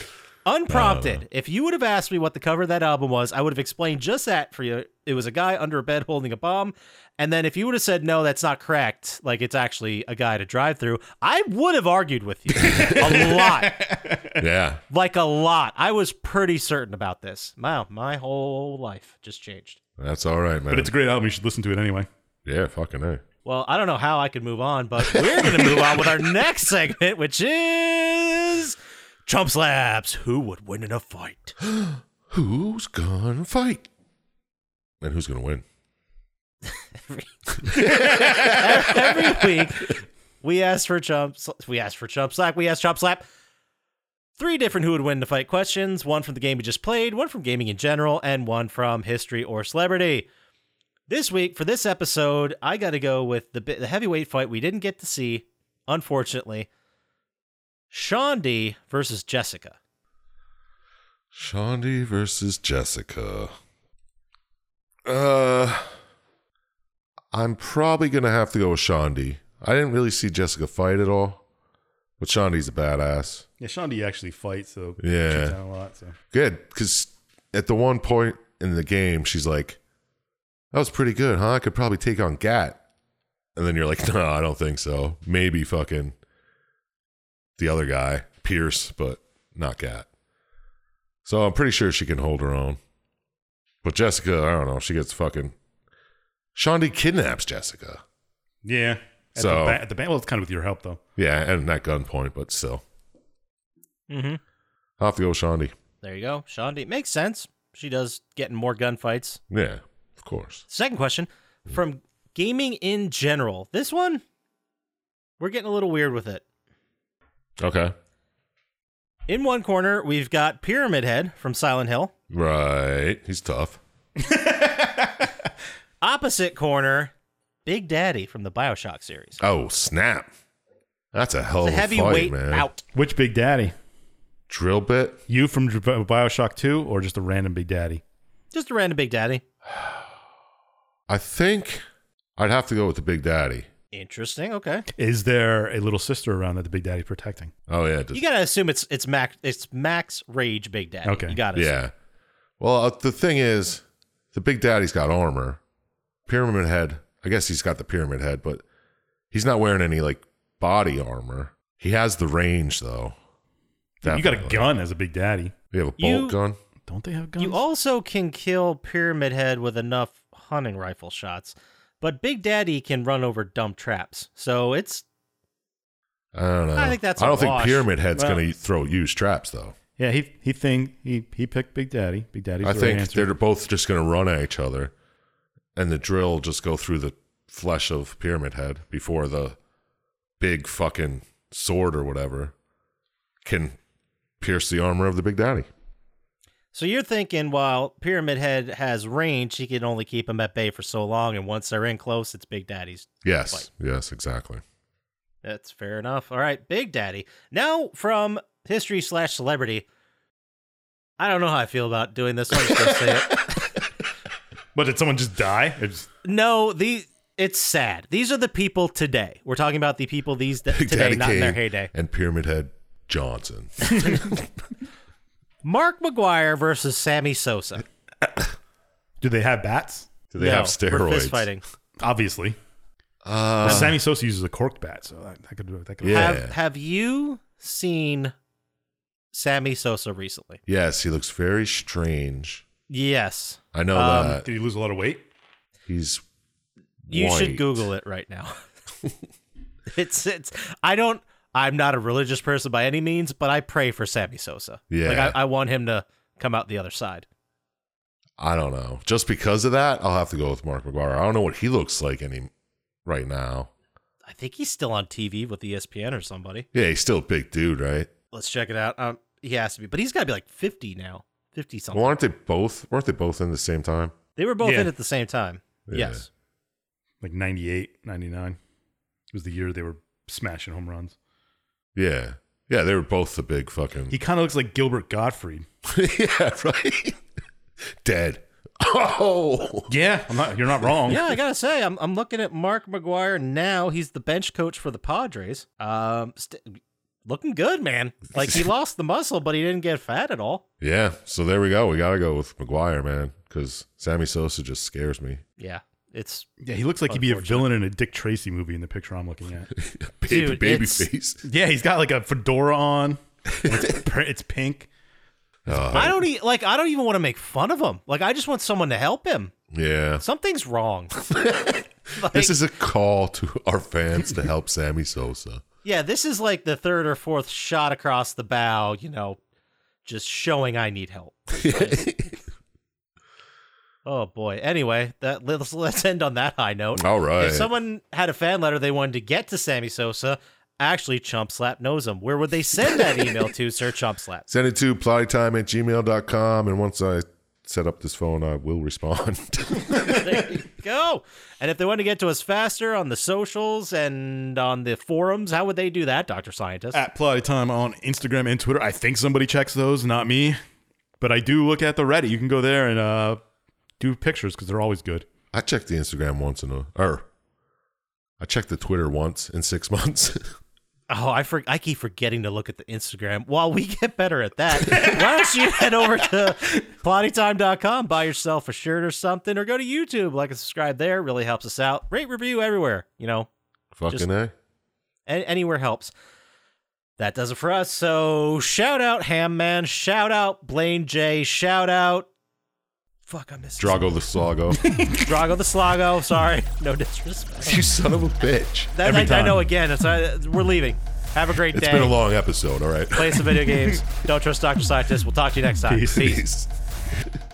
Unprompted. Uh. If you would have asked me what the cover of that album was, I would have explained just that for you. It was a guy under a bed holding a bomb. And then if you would have said, no, that's not correct, like it's actually a guy to drive through, I would have argued with you a lot. Yeah. Like a lot. I was pretty certain about this. Wow, my whole life just changed. That's all right, man. But it's a great album. You should listen to it anyway. yeah, fucking A. Well, I don't know how I could move on, but we're going to move on with our next segment, which is Trump slaps. Who would win in a fight? Who's gonna fight? And who's gonna win? Every week, we ask for Trump. sl- We ask for Trump slap. We ask Trump slap. Three different who would win the fight questions: one from the game we just played, one from gaming in general, and one from history or celebrity. This week for this episode, I got to go with the bi- the heavyweight fight we didn't get to see, unfortunately. Shondi versus Jessica. Shondi versus Jessica. Uh, I'm probably gonna have to go with Shondi. I didn't really see Jessica fight at all, but Shondi's a badass. Yeah, Shondi actually fights, so Yeah. shoots down a lot. So Good, because at the one point in the game, she's like, "That was pretty good, huh? I could probably take on Gat." And then you're like, "No, I don't think so. Maybe fucking the other guy, Pierce, but not Gat." So I'm pretty sure she can hold her own. But Jessica, I don't know. She gets fucking. Shondi kidnaps Jessica. yeah. At So- the, ba- at the band, well, it's kind of with your help though. Yeah, and not gunpoint, but still, Mm-hmm. I'll have to go with Shondi. There you go, Shondi. Makes sense. She does get in more gunfights. Yeah, of course. Second question from gaming in general. This one, we're getting a little weird with it. Okay. In one corner, we've got Pyramid Head from Silent Hill. Right. He's tough. Opposite corner, Big Daddy from the Bioshock series. Oh snap! That's a hell The of a heavyweight Oh, fight, man. out. Which Big Daddy? Drill bit. You from Dr- Bioshock 2 or just a random Big Daddy? Just a random Big Daddy. I think I'd have to go with the Big Daddy. Interesting. Okay. Is there a little sister around that the Big Daddy's protecting? Oh yeah, You just, gotta assume it's it's Max it's Max Rage Big Daddy. Okay. You gotta assume. yeah. Well, uh, the thing is, the Big Daddy's got armor. Pyramid Head. I guess he's got the Pyramid Head, but he's not wearing any like body armor. He has the range though. You got a Definitely. gun as a Big Daddy. You have a bolt You- gun. Don't they have guns? You also can kill Pyramid Head with enough hunting rifle shots, but Big Daddy can run over dump traps. So it's I don't know. I think that's I a don't think wash. Pyramid Head's Well- going to throw use traps though. yeah, he he thing he he picked Big Daddy. Big Daddy's I the think right answer. they're both just going to run at each other, and the drill will just go through the flesh of Pyramid Head before the big fucking sword or whatever can pierce the armor of the Big Daddy. so you're thinking while Pyramid Head has range, he can only keep him at bay for so long, and once they're in close, it's Big Daddy's. Yes, Right. yes, exactly. That's fair enough. All right, Big Daddy. Now from history slash celebrity. I don't know how I feel about doing this. I'm just gonna say it. But did someone just die? It's- No, the it's sad. These are the people today. We're talking about the people these da- Big today, Daddy not in their Kane heyday. and Pyramid Head Johnson. Mark McGuire versus Sammy Sosa. do they have bats? Do they No, have We're steroids? fist fighting. Obviously, Uh, Sammy Sosa uses a corked bat, so that, that could that could. Yeah. Have Have you seen Sammy Sosa recently? yes, he looks very strange. Yes. I know Um, that Did he lose a lot of weight? he's. You white. should Google it right now. it's it's. I don't. I'm not a religious person by any means, but I pray for Sammy Sosa. Like Yeah. I, I want him to come out the other side. I don't know. Just because of that, I'll have to go with Mark McGuire. I don't know what he looks like any right now. I think he's still on TV with E ESPN or somebody. Yeah, he's still a big dude, right? Let's check it out. Um, he has to be, but he's got to be like fifty now, fifty something. Well, aren't they both? Weren't they both in the same time? They were both Yeah. in at the same time. Yeah. Yes, Like 98, 99. It was the year they were smashing home runs. Yeah, yeah, they were both the big fucking. He kind of looks like Gilbert Gottfried. yeah, right. Dead. Oh, Yeah, I'm not. You're not wrong. yeah. I gotta say, I'm I'm looking at Mark McGuire now. He's the bench coach for the Padres. Um, st- looking good, man. Like he lost the muscle, but he didn't get fat at all. yeah. So there we go. We gotta go with McGuire, man, because Sammy Sosa just scares me. Yeah, it's Yeah, he looks like he'd be a villain in a Dick Tracy movie in the picture I'm looking at. Baby, Dude, baby it's- face. yeah, he's got like a fedora on. and It's, pr- it's pink. Uh, I don't e- like I don't even want to make fun of him. Like I just want someone to help him. yeah. Something's wrong. Like- This is a call to our fans to help Sammy Sosa. Yeah, this is like the third or fourth shot across the bow, you know, just showing I need help. oh boy. Anyway, that let's, let's end on that high note. All right. If someone had a fan letter they wanted to get to Sammy Sosa, actually Chump Slap knows him. Where would they send that email to, Sir Chump Slap? Send it to plottytime at gmail.com. And once I set up this phone, I will respond. There you go. And if they want to get to us faster on the socials and on the forums, how would they do that, Dr. Scientist? At Plotty Time on Instagram and Twitter. I think somebody checks those, not me. But I do look at the Reddit. You can go there and uh, do pictures because they're always good. I checked the Instagram once in a, or I checked the Twitter once in six months. Oh, I for- I keep forgetting to look at the Instagram. While we get better at that, why don't you head over to plottytime.com, buy yourself a shirt or something, or go to YouTube, like and subscribe there. Really helps us out. Rate, review everywhere, you know, Fucking Just- A. a- anywhere helps. That does it for us. So shout out Ham Man, shout out Blaine J, shout out. Fuck, I missed Drago the Slago. Drago the Slago. Sorry, no disrespect. you son of a bitch. That, Every I, I time. know again. It's, uh, we're leaving. Have a great It's day. been a long episode. All right. play some video games. Don't trust Dr. Scientist. We'll talk to you next time. Peace. Peace.